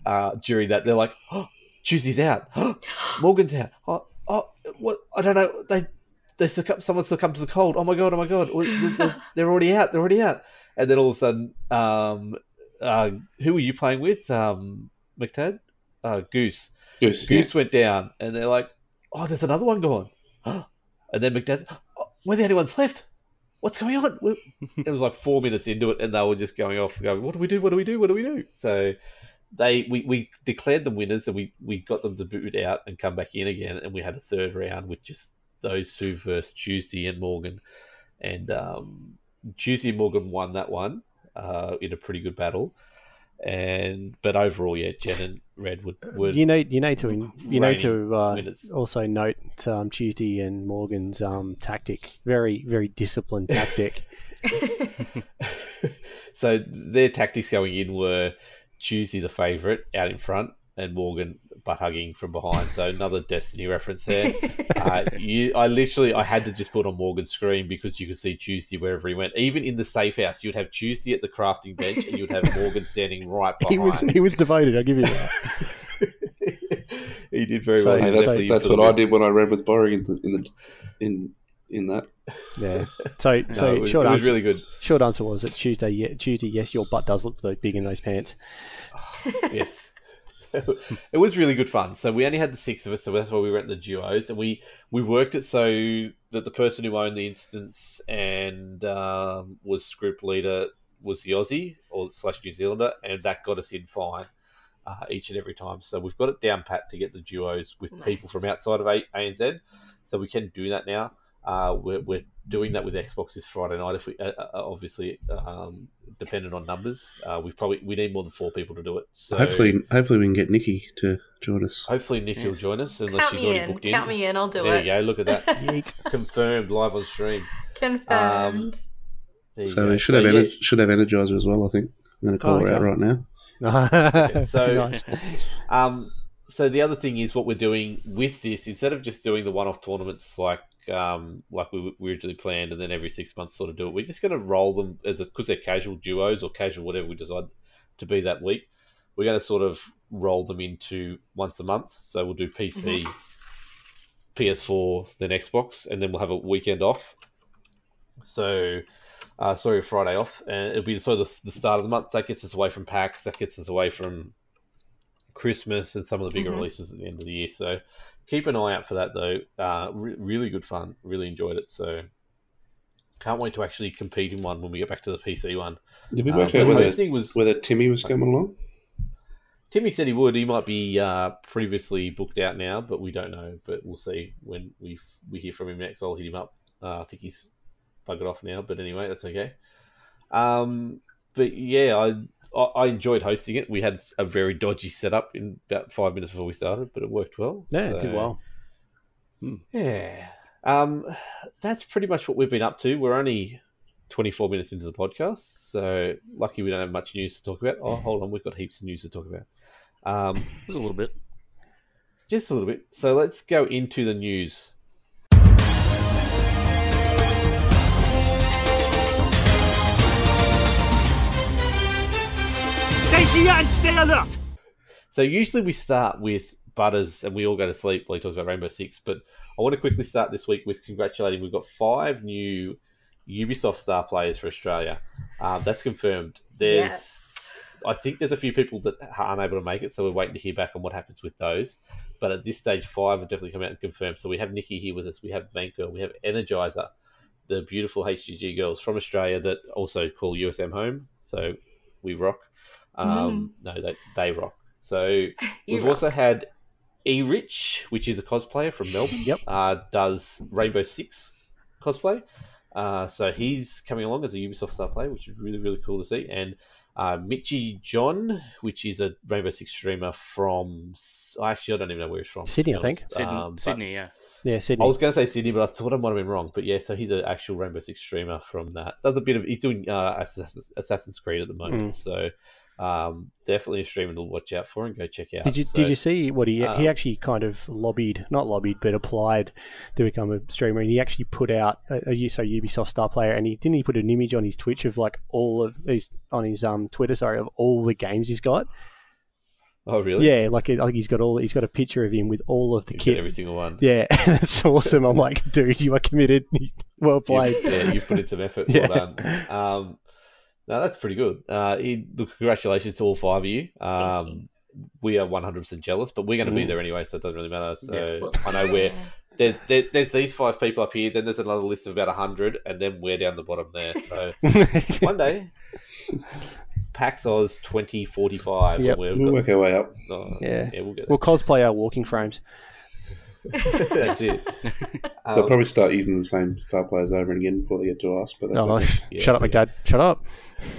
S3: uh, during that, they're like, oh, Tuesday's out. Oh, Morgan's out. Oh, oh, what? I don't know. They, they succumb, someone succumbed to the cold. Oh my God. Oh my God. Well, th- th- They're already out. They're already out. And then all of a sudden, um, uh, who were you playing with, um, McTad? Uh, Goose.
S2: Goose.
S3: Goose went down, and they're like, "Oh, there's another one gone." *gasps* and then McDad's, oh, "We're the only ones left. What's going on?" We're-" it was like four minutes into it, and they were just going off, going, "What do we do? What do we do? What do we do?" So they we, we declared them winners, and we we got them to boot out and come back in again, and we had a third round with just those two versus Tuesday and Morgan, and um, Tuesday and Morgan won that one uh, in a pretty good battle. And but overall, yeah, Jen and Red would, would
S6: You need, you need to, in- you need to uh,
S3: winners.
S6: also note um, Tuesday and Morgan's um, tactic. Very, very disciplined tactic.
S3: *laughs* so their tactics going in were Tuesday the favourite out in front and Morgan butt hugging from behind. So another Destiny reference
S6: *laughs*
S3: there. Uh, you, I literally, I had to just put on Morgan's screen because you could see Tuesday wherever he went. Even in the safe house, you'd have Tuesday at the crafting bench and you'd have Morgan standing right *laughs* behind. *laughs*
S6: *laughs* he was, he was devoted. I will give you that.
S3: He did very
S6: So-
S3: well.
S2: Hey,
S3: He
S2: that's,
S3: definitely
S2: that's
S3: put
S2: what
S3: a
S2: I
S3: bit-
S2: did when I ran with Borg in, the, in, the, in, in that.
S6: Yeah. So,
S3: *laughs* No,
S6: so
S3: it was,
S6: short
S3: it was
S6: answer.
S3: really good.
S6: Short answer was that Tuesday, yeah, Tuesday, yes, your butt does look tho- big in those pants.
S3: yes. *laughs* it was really good fun. So we only had the six of us, so that's why we went the duos, and we we worked it so that the person who owned the instance and um, was group leader was the Aussie or slash New Zealander, and that got us in fine uh, each and every time. So we've got it down pat to get the duos with people
S4: Nice.
S3: from outside of A- ANZ, so we can do that now. Uh, we're, we're doing that with Xbox this Friday night. If we uh, uh, obviously um, dependent on numbers, uh, we probably we need more than four people to do it. So
S2: Hopefully, hopefully we can get Nikki to join us.
S3: Hopefully Nikki will
S5: Yes.
S3: join us unless
S4: Count
S3: she's
S4: me
S3: already
S4: in.
S3: booked
S4: Count
S3: in.
S4: me in. I'll do
S3: there
S4: it.
S3: you go. Look at
S4: *laughs*
S3: that.
S6: Yeet. *laughs*
S3: Confirmed live on stream. Um,
S4: Confirmed.
S3: There you
S2: So
S3: go.
S2: we should have
S3: yeah,
S2: ener- should have Energizer as well. I think I'm going to call
S6: Oh,
S2: her out
S6: okay.
S2: right now.
S3: so-
S6: nice.
S3: Um, so the other thing is what we're doing with this instead of just doing the one-off tournaments like um, like we, we originally planned, and then every six months sort of do it. We're just going to roll them as because they're casual duos or casual whatever we decide to be that week. We're going to sort of roll them into once a month. So we'll do PC, PS4, then Xbox, and then we'll have a weekend off. So uh, sorry, Friday off, and it'll be sort of the, the start of the month. That gets us away from PAX. That gets us away from Christmas and some of the bigger
S4: Mhm.
S3: releases at the end of the year. So keep an eye out for that, though. Uh, re- really good fun. Really enjoyed it. So can't wait to actually compete in one when we get back to the PC one.
S2: Did we
S3: Uh,
S2: work
S3: the
S2: out whether,
S3: hosting was
S2: whether Timmy was coming along?
S3: Timmy said he would. He might be uh, previously booked out now, but we don't know. But we'll see when we we hear from him next. I'll hit him up. Uh, I think he's buggered off now, but anyway, that's okay. Um, but yeah, I, I I enjoyed hosting it. We had a very dodgy setup in about five minutes before we started, but it worked well.
S6: Yeah, it did
S3: So-
S6: well.
S3: yeah. Um, that's pretty much what we've been up to. We're only 24 minutes into the podcast, so lucky we don't have much news to talk about. Oh, hold on, we've got heaps of news to talk about. Um,
S5: It was a little bit.
S3: just a little bit. So let's go into the news.
S1: Station here and stay alert.
S3: So usually we start with Butters and we all go to sleep while he talks about Rainbow Six, but I want to quickly start this week with congratulating. We've got five new Ubisoft star players for Australia. Um, that's confirmed. There's, I think there's a few people that aren't able to make it, so we're waiting to hear back on what happens with those. But at this stage, five have definitely come out and confirmed. So we have Nikki here with us, we have Vanko, we have Energizer, the beautiful HGG girls from Australia that also call USM home. So we rock. Um, No, they, they rock. So
S4: You
S3: We've
S4: rock.
S3: also had E Rich, which is a cosplayer from Melbourne.
S6: Yep.
S3: Uh, does Rainbow Six cosplay. Uh, so he's coming along as a Ubisoft star player, which is really, really cool to see. And uh, Mitchy John, which is a Rainbow Six streamer from. S- Actually, I don't even know where he's from. to
S6: Sydney,
S3: be
S6: I think.
S3: honest.
S5: Sydney,
S3: Um, but-
S5: Sydney, yeah.
S6: Yeah,
S3: I
S6: Sydney.
S3: was going to say Sydney, but I thought I might have been wrong. But yeah, so he's an actual Rainbow Six streamer from that. Does a bit of he's doing uh, Assassin's, Assassin's Creed at the moment,
S6: Mm.
S3: so um, definitely a streamer to watch out for and go check out.
S6: Did you
S3: So-
S6: did you see what he
S3: um,
S6: he actually kind of lobbied, not lobbied, but applied to become a streamer, and he actually put out a, a so Ubisoft star player, and he didn't he put an image on his Twitch of like all of his on his um Twitter sorry of all the games he's got.
S3: Oh really?
S6: Yeah, like I think he's got all he's got a picture of him with all of the
S3: You've got
S6: kit.
S3: every single one.
S6: Yeah, *laughs* and it's awesome. I'm like, dude, you are committed. *laughs* Well played.
S3: You've, yeah, you've put in some
S6: *laughs*
S3: effort.
S6: Yeah.
S3: Well done. Um, no, that's pretty good. Uh, he, look, congratulations to all five of you. Um,
S4: Thank you.
S3: We are 100% jealous, but we're going to be
S6: Mm.
S3: there anyway, so it doesn't really matter. So
S5: Yeah.
S4: Well,
S3: I know we're.
S4: yeah.
S3: There's, there, there's these five people up here, then there's another list of about 100, and then we're down the bottom there. So
S6: *laughs*
S3: one day, PAX Oz 2045.
S6: Yep.
S3: We've
S2: We'll
S3: got,
S2: work our way up.
S3: oh,
S6: Yeah.
S3: yeah, we'll get
S6: we'll cosplay our walking frames.
S3: there. That's
S6: *laughs*
S3: it. Um,
S2: They'll probably start using the same star players over and again before they get to us. But that's
S6: Oh,
S2: okay.
S6: *laughs*
S3: Yeah,
S6: shut up, my dad. Shut up.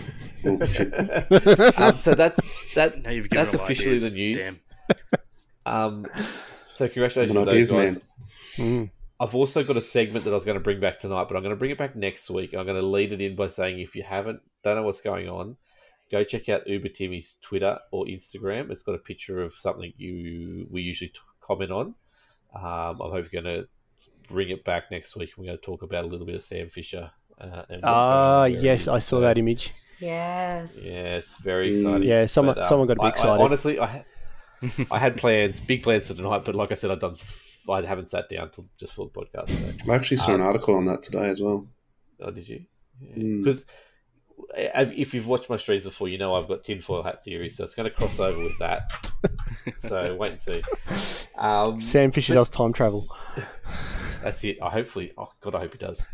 S6: *laughs*
S2: Oh, shit.
S3: *laughs* um, so that, that
S5: Now you've given
S3: that's
S5: them
S3: officially
S5: ideas.
S3: the news.
S5: Damn.
S3: Um, so congratulations
S2: I'm
S3: to
S2: an
S3: those
S2: ideas
S3: guys.
S2: man.
S6: Mm.
S3: I've also got a segment that I was going to bring back tonight, but I'm going to bring it back next week. I'm going to lead it in by saying if you haven't, don't know what's going on, go check out Uber Timmy's Twitter or Instagram. It's got a picture of something you we usually t- comment on. Um, I'm hopefully going to bring it back next week. We're going to talk about a little bit of Sam Fisher. Uh, and what's going on,
S6: Ah,
S3: where it
S6: yes,
S3: is. uh,
S6: I saw
S3: So,
S6: that image.
S4: Yes.
S3: Yeah, it's very
S2: Mm.
S3: exciting.
S6: Yeah, someone- someone got a bit
S3: uh, um, I- I honestly,
S6: excited.
S3: I, ha-
S6: *laughs*
S3: I had plans, big plans for tonight, but like I said, I've done. s- I haven't sat down till just for the podcast. So.
S2: I actually saw an
S3: Uh,
S2: article on that today as well.
S3: Oh, did you?
S2: Mm.
S3: Because if you've watched my streams before, you know I've got tinfoil hat theory, so it's going to cross over with
S6: *laughs*
S3: that. so wait and see. Um,
S6: Sam Fisher does time travel.
S3: that's it. I hopefully. Oh God, I hope he does.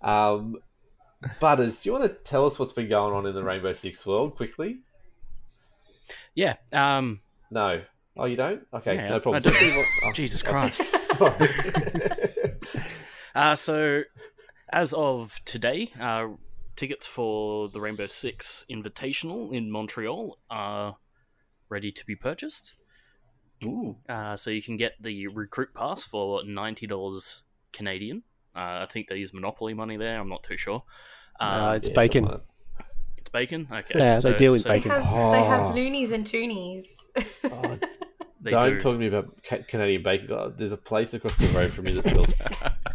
S3: Um, Butters, do you want to tell us what's been going on in the Rainbow Six world quickly?
S5: Yeah. Um,
S3: No. Oh, you don't? Okay,
S5: Yeah,
S3: no problem.
S5: I do.
S3: So you want- *laughs* oh,
S5: Jesus
S3: okay.
S5: Christ.
S3: *laughs*
S5: *laughs*
S3: Sorry.
S5: Uh, so, as of today, uh, tickets for the Rainbow Six Invitational in Montreal are ready to be purchased.
S3: Ooh.
S5: Uh, so you can get the recruit pass for ninety dollars Canadian. Uh, I think they use Monopoly money there. I'm not too sure.
S6: No,
S5: Uh,
S6: it's
S3: Yeah,
S6: bacon.
S3: someone-
S5: it's bacon. Okay.
S6: Yeah, they deal in
S4: They
S6: bacon.
S4: have, they
S3: Oh.
S4: have loonies and toonies. *laughs*
S3: Oh,
S5: They
S3: Don't
S5: do.
S3: talk to me about ca- Canadian bacon. Oh, there's a place across the road from me that
S5: *laughs*
S3: sells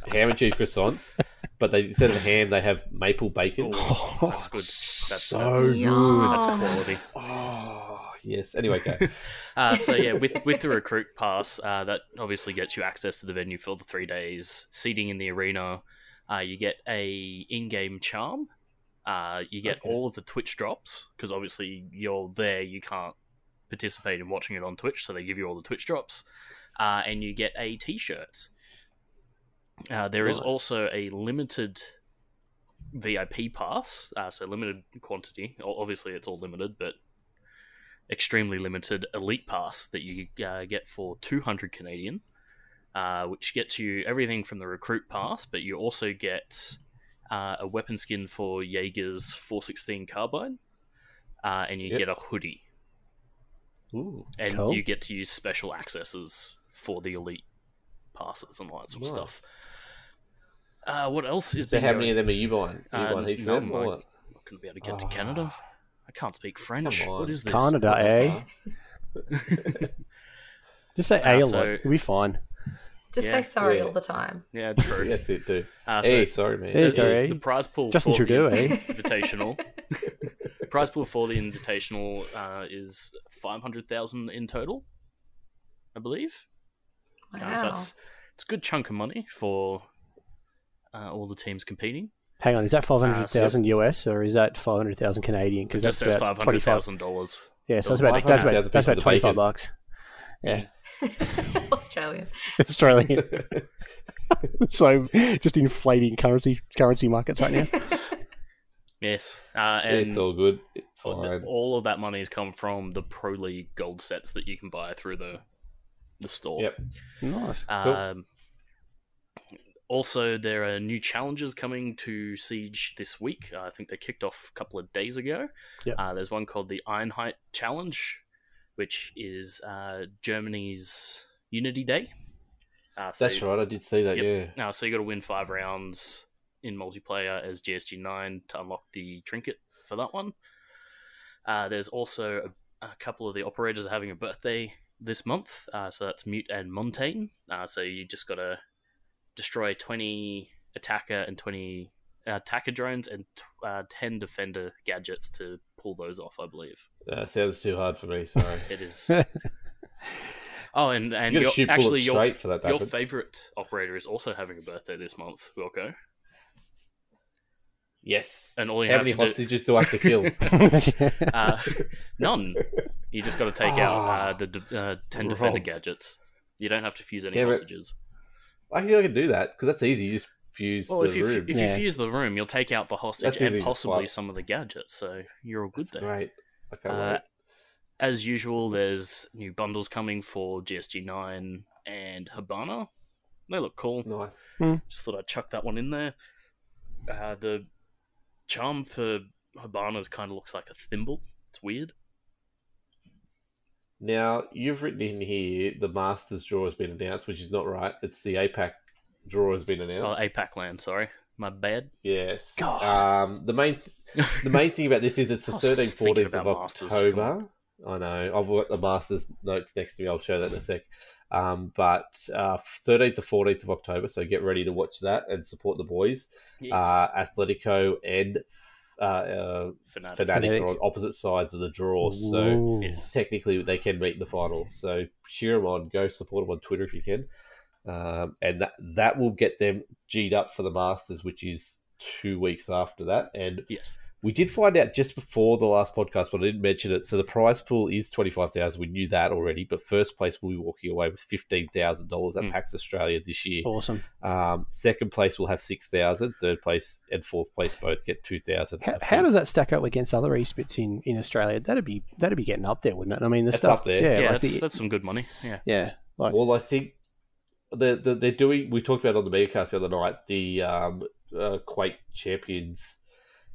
S3: ham and cheese croissants, but they instead of ham, they have maple
S6: *laughs*
S3: bacon. *laughs* Oh,
S5: Oh, that's good. That's,
S3: so
S5: that's,
S3: good.
S5: that's
S4: Yum.
S5: quality.
S3: Oh, yes. Anyway,
S5: *laughs*
S3: go.
S5: Uh, so yeah, with with the recruit pass, uh, that obviously gets you access to the venue for the three days, seating in the arena. Uh, you get a in-game charm. Uh, you get
S3: Okay.
S5: all of the Twitch drops because obviously you're there, you can't participate in watching it on Twitch, so they give you all the Twitch drops, uh, and you get a T-shirt. Uh, there is
S3: Nice.
S5: also a limited VIP pass, uh, so limited quantity. O- Obviously, it's all limited, but extremely limited elite pass that you uh, get for 200 Canadian, uh, which gets you everything from the recruit pass, but you also get uh, a weapon skin for Jaeger's 416 carbine, uh, and you
S3: Yep.
S5: get a hoodie,
S3: Ooh,
S5: and
S6: Cool.
S5: you get to use special accesses for the elite passes and all that sort of stuff. Uh, what else is
S3: So,
S5: been
S3: how
S5: going-
S3: many of them are you buying? Are you
S5: Uh,
S3: buying heaps of
S5: none,
S3: them?
S5: like-
S3: Or what?
S5: I'm not going to be able to get
S3: Ah.
S5: to Canada. I can't speak French.
S3: Come on.
S5: What is this?
S6: Canada, eh? Just say A a
S5: Ah,
S6: lot.
S5: so-
S6: It'll be fine.
S4: Just
S5: Yeah.
S4: say sorry
S3: Yeah.
S4: all the time.
S5: Yeah,
S3: *laughs*
S5: true.
S3: That's it, too.
S5: Uh, so
S3: Hey, sorry, eh? man.
S6: Hey,
S5: the-
S6: sorry.
S5: The prize pool
S4: *laughs*
S6: Justin
S5: for the
S6: Trudeau, eh?
S5: Invitational *laughs* prize pool for the Invitational uh, is five hundred thousand in total, I believe. Uh, so
S4: Wow.
S5: that's it's a good chunk of money for uh, all the teams competing.
S6: Hang on, is that five hundred thousand US or is that five hundred thousand Canadian?
S5: Ah, It
S6: Because
S5: just
S6: that's
S5: says
S6: about
S5: five
S6: twenty
S5: hundred
S6: five.
S5: thousand dollars.
S6: Yeah, so that's
S5: doesn't
S6: about
S3: sound
S6: that's
S3: bad.
S6: about, that's about
S3: Pieces of
S6: twenty five
S3: bacon.
S6: bucks. Yeah,
S4: *laughs* Australian.
S6: Australian. *laughs* so just inflating currency currency markets right now.
S5: Yes, uh, and
S3: it's all good. It's
S5: all,
S3: fine.
S5: all of that money has come from the Pro League gold sets that you can buy through the the store.
S3: Yep.
S6: Nice.
S3: Cool.
S5: Um, Also, there are new challenges coming to Siege this week. Uh, I think they kicked off a couple of days ago.
S6: Yep.
S5: Uh, there's one called the Einheit Challenge, which is uh, Germany's Unity Day. Uh, so
S3: That's right. I did see that.
S5: Yep.
S3: Yeah.
S5: Now, so you got to win five rounds in multiplayer as GSG nine to unlock the trinket for that one. Uh, there's also a, a couple of the operators are having a birthday this month, uh, so that's Mute and Montaigne. Uh, so you just got to destroy twenty attacker and twenty uh, attacker drones and t- uh, ten defender gadgets to pull those off. I believe
S3: That Uh, sounds too hard for me. Sorry.
S5: *laughs* it is.
S3: *laughs*
S5: oh, and and
S3: you got to
S5: your-
S3: shoot
S5: actually
S3: bullets
S5: your
S3: straight for that. to
S5: your
S3: happen.
S5: favorite operator is also having a birthday this month, Wilco.
S3: yes.
S5: And all you
S3: How
S5: have
S3: many
S5: to
S3: hostages do I have to
S5: *laughs*
S3: kill?
S5: do, uh, none. You just got to take out uh, the de- uh, ten defender
S3: Ah. Revolt.
S5: gadgets. You don't have to fuse any
S3: Damn it.
S5: hostages.
S3: Actually, I can do that because that's easy. You just fuse
S5: Well,
S3: the
S5: if you
S3: room.
S5: if you
S6: Yeah.
S5: fuse the room, you'll take out the hostage
S3: That's easy
S5: and
S3: to
S5: possibly
S3: swap.
S5: some of the gadgets. So you're all good
S3: That's
S5: there.
S3: great. I can't
S5: Uh,
S3: wait.
S5: As usual, there's new bundles coming for GSG nine and Habana. They look cool.
S3: Nice.
S5: Just thought I'd chuck that one in there. Uh, the charm for Habana's kind of looks like a thimble. It's weird.
S3: Now you've written in here the Masters draw has been announced, which is not right. It's the APAC draw has been
S5: Oh,
S3: announced.
S5: APAC land, sorry. My bad.
S3: Yes.
S6: God.
S3: Um, the main the main thing about this is it's the
S5: I was just
S3: 13th,
S5: thinking
S3: 14th of
S5: about Masters,
S3: October. I know. I've got the Masters notes next to me. I'll show that in a sec. Um, but uh, 13th to 14th of October, so get ready to watch that and support the boys. Uh, Atletico and uh, uh,
S5: Fnatic.
S6: Fnatic.
S3: Fnatic are on opposite sides of the draw, so
S6: Ooh.
S5: Yes.
S3: technically they can meet in the final. So cheer them on, go support them on Twitter if you can, um, and that that will get them g'd up for the Masters, which is two weeks after that. And
S5: Yes.
S3: we did find out just before the last podcast, but I didn't mention it. So the prize pool is twenty five thousand. We knew that already, but first place will be walking away with fifteen thousand dollars at
S6: Hmm.
S5: Mm.
S3: PAX Australia this year.
S6: Awesome.
S3: Um, second place will have six thousand. Third place and fourth place both get two thousand.
S6: How, how does that stack up against other esports in, in Australia? That'd be that'd be getting up there, wouldn't it? I mean, the
S3: It's
S6: stuff
S3: up there.
S5: Yeah,
S6: Yeah, like
S5: that's,
S6: the-
S5: that's some good money. Yeah.
S6: yeah. Like,
S3: Well, I think they're, they're, they're doing. We talked about it on the megacast the other night the um, uh, Quake Champions.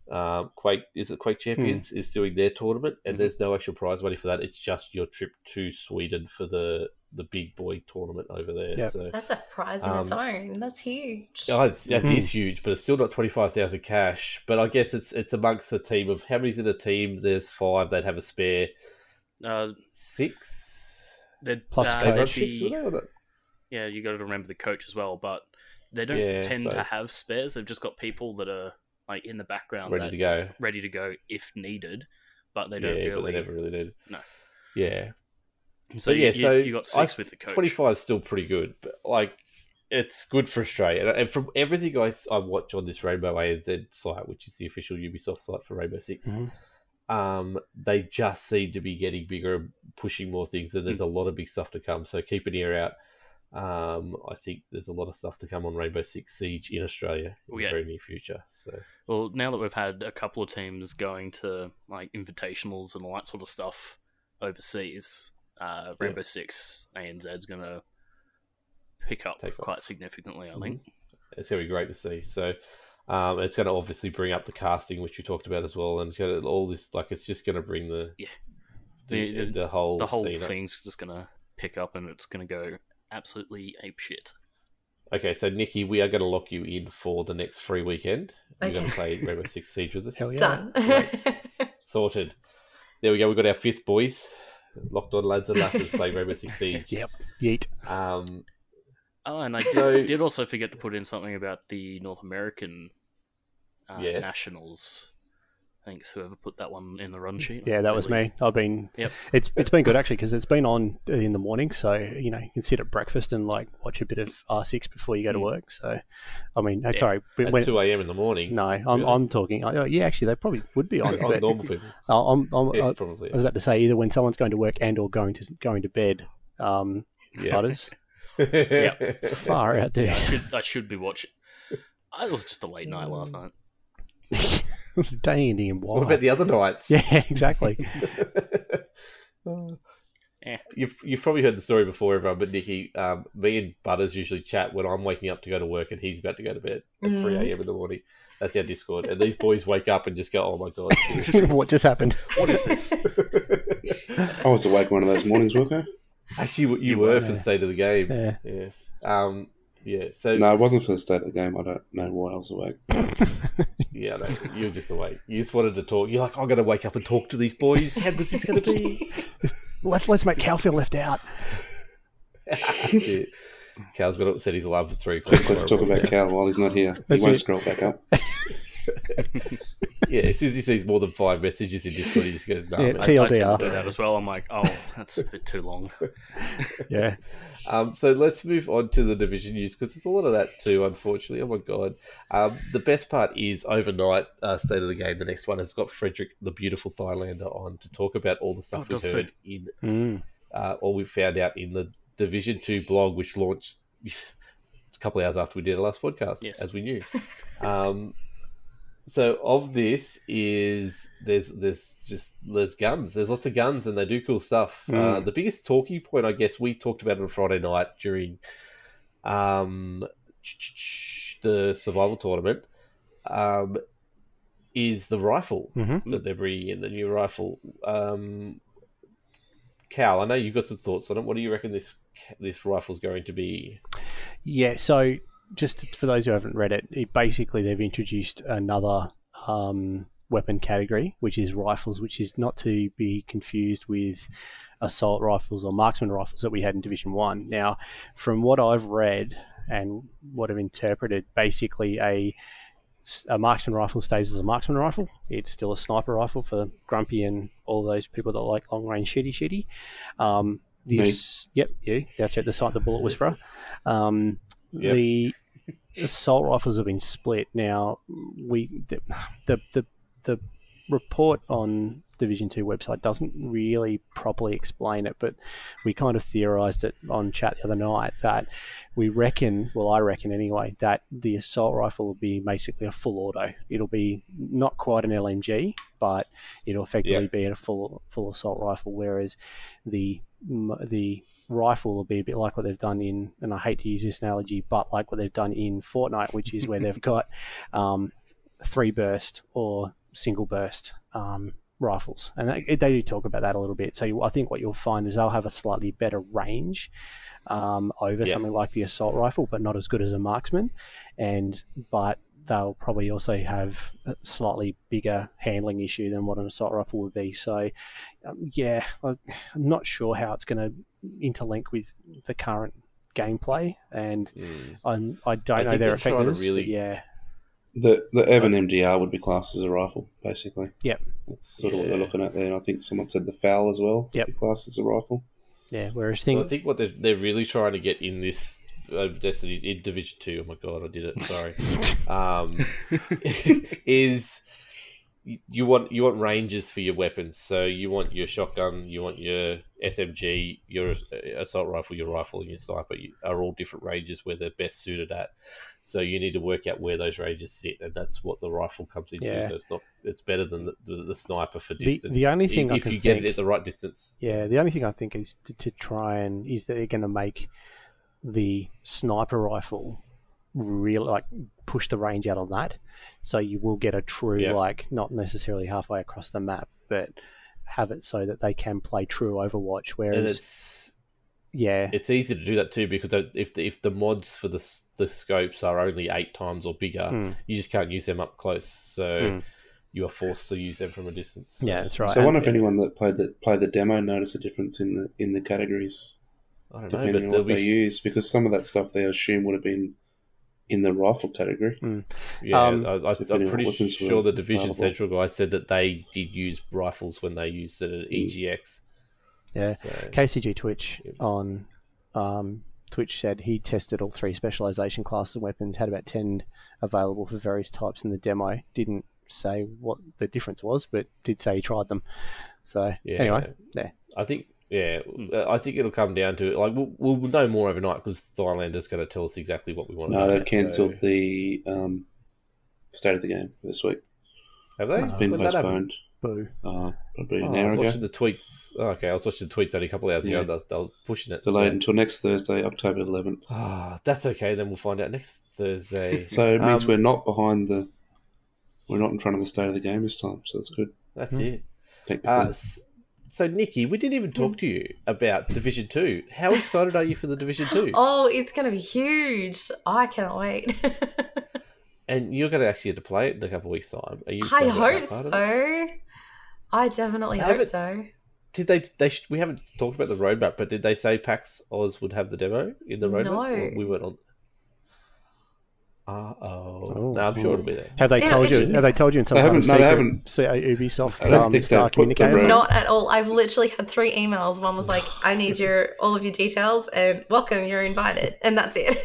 S3: Um, Quake is it Quake Champions is doing their tournament, and
S5: Mhm.
S3: there's no actual prize money for that. It's just your trip to Sweden for the the big boy tournament over there.
S6: Yep.
S3: So
S4: *laughs* That's a prize in its
S3: Um,
S4: own. That's huge.
S3: Oh, it's, that
S6: Mhm.
S3: is huge, but it's still not twenty five thousand cash. But I guess it's it's amongst a team of how many's in a team? There's five. They'd have a spare
S5: Uh,
S3: six.
S5: they'd,
S6: Plus
S5: uh,
S6: coach.
S5: they'd
S3: Everyone
S5: be-
S3: six, would they, or not?
S5: yeah, you got to remember the coach as well, but they don't
S3: Yeah, I
S5: tend to
S3: suppose.
S5: have spares. They've just got people that are like in the background
S3: ready
S5: that,
S3: to go.
S5: ready to go if needed, but they don't
S3: yeah, but
S5: really.
S3: they never really did.
S5: No.
S3: Yeah.
S5: So,
S3: But
S5: yeah,
S3: yeah,
S5: you,
S3: so
S5: you got six
S3: I-
S5: with the coach.
S3: 25 is still pretty good, but like it's good for Australia. And- And from everything I, I watch on this Rainbow ANZ site, which is the official Ubisoft site for Rainbow 6,
S6: Mhm.
S3: um, they just seem to be getting bigger and pushing more things. And
S5: Mm.
S3: there's a lot of big stuff to come. So keep an ear out. Um, I think there's a lot of stuff to come on Rainbow Six Siege in Australia in
S5: Oh,
S3: the
S5: yeah.
S3: very near future. So
S5: Well, now that we've had a couple of teams going to like invitationals and all that sort of stuff overseas, uh, Rainbow Six ANZ's going to pick up
S3: Take off.
S5: quite significantly. I think.
S3: Mm-hmm. it's going to be great to see. So um, it's going to obviously bring up the casting, which we talked about as well, and it's gonna, all this like it's just going to bring the
S5: Yeah.
S3: the,
S5: The-
S3: the, whole
S5: the whole
S3: scene up.
S5: thing's just going to pick up and it's going to go absolutely apeshit.
S3: Okay, so Nikki, we are going to lock you in for the next free weekend. You're going to
S4: Okay.
S3: play Rainbow Six Siege with us.
S6: Hell yeah.
S4: Done. *laughs*
S3: Right. Sorted. There we go. We've got our fifth boys. Locked on lads and lasses playing Rainbow Six
S6: *laughs*
S3: Siege.
S6: yep. Yeet.
S3: Um,
S5: Oh, and I did,
S3: So-
S5: did also forget to put in something about the North American uh,
S3: Yes.
S5: nationals. Thanks, whoever put that one in the run sheet.
S6: Yeah, that was me. I've been.
S5: Yep.
S6: It's it's been good actually because it's been on in the morning, so you know you can sit at breakfast and like watch a bit of R six before you go to
S5: Mm.
S6: work. So, I mean, uh,
S5: Yeah.
S6: sorry, but
S3: At
S6: when-
S3: 2 a.m. in the morning.
S6: no, I'm
S3: Really?
S6: I'm talking. I, oh, yeah, actually, they probably would be on.
S3: *laughs* on
S6: but-
S3: normal people.
S6: Oh, I'm, I'm,
S3: Yeah,
S6: *laughs* I-
S3: probably.
S6: I was about to say either when someone's going to work and or going to going to bed. Um,
S3: Yeah.
S6: butters
S3: *laughs*
S6: *laughs*
S3: yeah.
S6: far out there.
S5: I should I should be watching. I it was just a late night last night.
S6: *laughs* Day ending in
S3: What about
S6: why?
S3: the other nights?
S6: *laughs* Yeah, exactly.
S3: Oh.
S5: Eh.
S3: You've, you've probably heard the story before, everyone, but Nikki, um, me and Butters usually chat when I'm waking up to go to work and he's about to go to bed at
S4: Mm.
S3: 3 a.m. in the morning. That's our Discord. And these boys wake up and just go, oh my God. shit."
S6: *laughs* what just happened?
S5: What is this?
S2: I was awake one of those mornings, Wilco.
S3: *laughs* Actually, you,
S6: You
S3: were,
S6: were.
S3: for the state of the game.
S6: Yeah.
S3: Yes. Um, yeah. So,
S2: No, it wasn't for the state of the game. I don't know why I was awake.
S3: yeah, no, you were just awake. You just wanted to talk. You're like, I'm going to wake up and talk to these boys. How good's this going to be?
S6: Let's let's make Cal feel left out.
S3: yeah. Cal's got to set his alarm for three o'clock.
S2: Let's talk about Cal while he's not here. He
S6: That's
S2: won't
S6: it.
S2: scroll back up.
S3: Yeah, as soon as he sees more than five messages in Discord, he just goes, nah,
S6: Yeah,
S3: mate."
S5: I, I tend to
S6: TLDR.
S5: do that as well. I'm like, oh, that's a bit
S3: *laughs*
S5: too long.
S6: Yeah.
S3: Um, so let's move on to the division news because there's a lot of that too, unfortunately. Oh my god. Um, the best part is overnight, uh, state of the game. The next one has got Frederick, the beautiful Thailander, on to talk about all the
S5: Oh,
S3: stuff
S5: it
S3: we've
S5: does too.
S3: heard in,
S6: Mm.
S3: uh, or we found out in the Division Two blog, which launched *laughs* a couple of hours after we did our last podcast,
S5: Yes.
S3: as we knew. um, so of this is there's there's just there's guns. There's lots of guns, and they do cool stuff. Uh,
S6: Mm.
S3: the biggest talking point, I guess, we talked about on Friday night during um, the survival tournament. Um, is the rifle
S6: Mhm.
S3: that they're bringing in the new rifle? Um, Cal, I know you've got some thoughts on it. What do you reckon this this rifle's going to be?
S6: Yeah. So, just for those who haven't read it, it basically they've introduced another um, weapon category, which is rifles, which is not to be confused with assault rifles or marksman rifles that we had in Division One. Now, from what I've read and what I've interpreted, basically a a marksman rifle stays as a marksman rifle. It's still a sniper rifle for Grumpy and all those people that like long range shitty shitty. Um, the
S2: Me.
S6: ass- yep, you. That's it. The site, the bullet whisperer. Um,
S3: Yep.
S6: The assault rifles have been split. Now we the the the, the report on Division Two website doesn't really properly explain it, but we kind of theorised it on chat the other night that we reckon, well, I reckon anyway, that the assault rifle will be basically a full auto. It'll be not quite an LMG, but it'll effectively
S3: Yeah.
S6: be a full full assault rifle. Whereas the m- the rifle will be a bit like what they've done in, and I hate to use this analogy, but like what they've done in Fortnite, which is where they've got um, three burst or single burst um, rifles, and they, they do talk about that a little bit. So you, I think what you'll find is they'll have a slightly better range um, over
S3: Yeah.
S6: something like the assault rifle, but not as good as a marksman, and but they'll probably also have a slightly bigger handling issue than what an assault rifle would be. So um, yeah, I- I'm not sure how it's going to interlink with the current gameplay and.
S3: Hmm.
S6: I'm, I don't
S3: I
S6: know
S3: think
S6: their
S3: they're trying to
S6: effectiveness. but
S3: really-
S6: yeah,
S2: The the urban MDR would be classed as a rifle, basically.
S6: Yep.
S2: That's sort of what they're
S3: Yeah.
S2: looking at there. And I think someone said the foul as well. would
S6: Yep.
S2: Be classed as a rifle.
S6: yeah. Whereas
S3: So
S6: things,
S3: I think what they're, they're really trying to get in this uh, Destiny in Division Two. Oh my god, I did it.
S6: *laughs*
S3: Sorry. um, is y- you want you want ranges for your weapons? So you want your shotgun, you want your SMG, your uh, assault rifle, your rifle, and your sniper you- are all different ranges where they're best suited at. So you need to work out where those ranges sit, and that's what the rifle comes into.
S6: Yeah.
S3: So it's not it's better than the, the, the sniper for
S6: The-
S3: distance.
S6: the only thing
S3: if,
S6: I
S3: if
S6: can
S3: you get it
S6: think-
S3: at the right distance.
S6: Yeah, the only thing I think is to, to try and is that they're going to make the sniper rifle real like push the range out on that, so you will get a true
S3: Yeah.
S6: like not necessarily halfway across the map, but have it so that they can play true Overwatch.
S3: and
S6: Whereas
S3: it's
S6: yeah,
S3: it's easy to do that too because if the, if the mods for the s- the scopes are only eight times or bigger,
S6: Hmm.
S3: you just can't use them up close. So
S6: Hmm.
S3: you are forced to use them from a distance.
S6: yeah, that's right.
S2: So
S6: And-
S2: I wonder if anyone that played the played the demo noticed a difference in the in the categories
S3: I don't know,
S2: depending
S3: but
S2: on
S3: there'll
S2: what they
S3: be
S2: use because some of that stuff they assume would have been in the rifle category.
S3: Yeah,
S6: Um,
S3: I, I, I'm
S2: depending on
S3: pretty
S2: what weapons were
S3: sure the Division
S2: available.
S3: Central guy said that they did use rifles when they used it
S2: Hmm.
S3: at EGX.
S6: Yeah.
S3: So,
S6: KCG Twitch
S3: Yep.
S6: on um, Twitch said he tested all three specialization classes and weapons, had about 10 available for various types in the demo. Didn't say what the difference was, but did say he tried them. So,
S3: yeah,
S6: anyway, Hmm. there.
S3: I think yeah, uh, I think it'll come down to like we'll, we'll know more overnight because Thailand is going to tell us exactly what we want. to
S2: No,
S3: know,
S2: they've cancelled
S3: so-
S2: the um, state of the game this week.
S3: Have they?
S2: It's
S6: Oh,
S2: been
S3: When Uh, that happened?
S2: postponed
S6: Boo.
S2: uh, probably
S3: Oh,
S2: an
S3: I was
S2: hour ago.
S3: watching the tweets. oh, okay, I was watching the tweets only a couple of hours
S2: Yeah.
S3: ago. They, they were pushing it.
S2: Delayed until next Thursday, October 11th.
S3: So. Ah, that's okay. Then we'll find out next
S2: *laughs*
S3: Thursday.
S2: So it means
S3: Um,
S2: we're not behind the, we're not in front of the state of the game this time. So that's good. Hmm.
S3: that's
S6: Hmm.
S3: it.
S2: Technically,
S3: Uh, s- so, Nikki, we didn't even talk to you about Division Two. How excited are you for the Division Two?
S4: Oh, it's going to be huge. I cannot wait.
S3: And you're going to actually have to play it in a couple of weeks' time. Are you?
S4: *laughs* I
S3: excited about
S4: hope
S3: that part of it?
S4: so. I definitely
S3: I
S4: hope
S3: haven't-
S4: so.
S3: Did they? They sh- we haven't talked about the roadmap, but did they say PAX Oz would have the demo in the roadmap? Or
S4: No.
S3: we weren't on. Uh oh.
S6: Oh.
S3: no, I'm sure it'll be there.
S6: Have they
S4: Yeah,
S6: told you?
S4: actually-
S6: Have they told you in some
S2: They
S6: kind of
S2: haven't- no, they
S6: secret
S2: haven't.
S6: so, uh, Ubisoft
S2: I don't
S6: um,
S2: think they've
S6: star
S2: put them
S6: communicator?
S2: out.
S4: Not at all. I've literally had three emails. One was like, "I need your all of your details and welcome, you're invited," and that's it.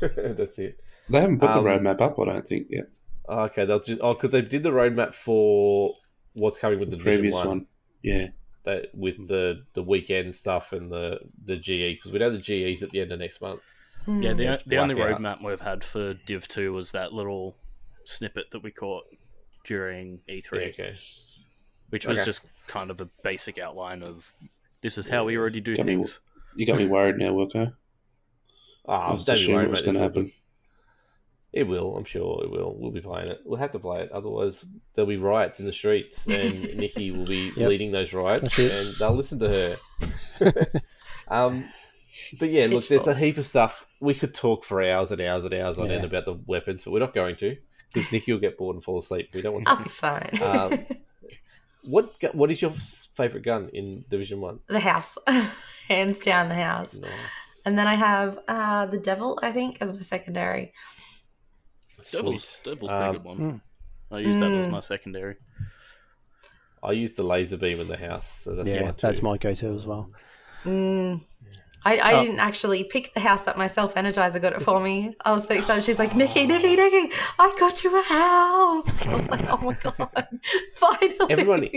S3: *laughs* That's it.
S2: they haven't put
S3: um,
S2: the roadmap up. I don't think yet.
S3: Okay, they'll just oh because they did the roadmap for what's coming with the,
S2: The
S3: Division
S2: previous
S3: one,
S2: one. yeah.
S3: That, with the the weekend stuff and the the GE because we know the GE's at the end of next month.
S5: Yeah, the,
S3: Let's
S5: the only
S3: black out.
S5: roadmap we've had for Div 2 was that little snippet that we caught during E E3,
S3: Yeah, okay.
S5: which was
S3: Okay.
S5: just kind of a basic outline of this is how we already do
S2: Got me-
S5: things.
S3: *laughs*
S2: You got me worried now, Wilco. I
S3: Ah,
S2: was
S3: don't be worried about
S2: assuming what's
S3: it.
S2: going to happen.
S3: It will, I'm sure it will. We'll be playing it. We'll have to play it, otherwise there'll be riots in the
S6: *laughs*
S3: streets, and Nikki will be
S6: Yep.
S3: leading those riots,
S6: That's it.
S3: and they'll listen to her.
S6: *laughs*
S3: um, but yeah, look, there's a heap of stuff we could talk for hours and hours and hours on
S6: Yeah.
S3: end about the weapons, but we're not going to
S6: *laughs*
S3: because Nikki will get bored and fall asleep. We don't want.
S4: I'll be fine.
S3: Um, what gu- what is your favorite gun in Division One?
S4: *laughs* the house, *laughs* hands down, the house.
S6: Um,
S3: Nice.
S4: And then I have uh, the devil, I think, as my secondary.
S5: Devil's,
S3: Sweet.
S5: Devil's
S3: Um,
S5: pretty good one. hmm. I use that as
S3: Hmm.
S4: Mm.
S5: my secondary.
S3: I use the laser beam in the house, so that's
S6: yeah,
S3: mine too.
S6: that's my go-to as well.
S4: Mm. I, I
S6: Oh.
S4: didn't actually pick the house up myself. Energizer got it for me. I was so excited. She's like, Nikki, Nikki, Nikki, I got you a house. I was like, oh my God, *laughs* finally.
S3: Everyone-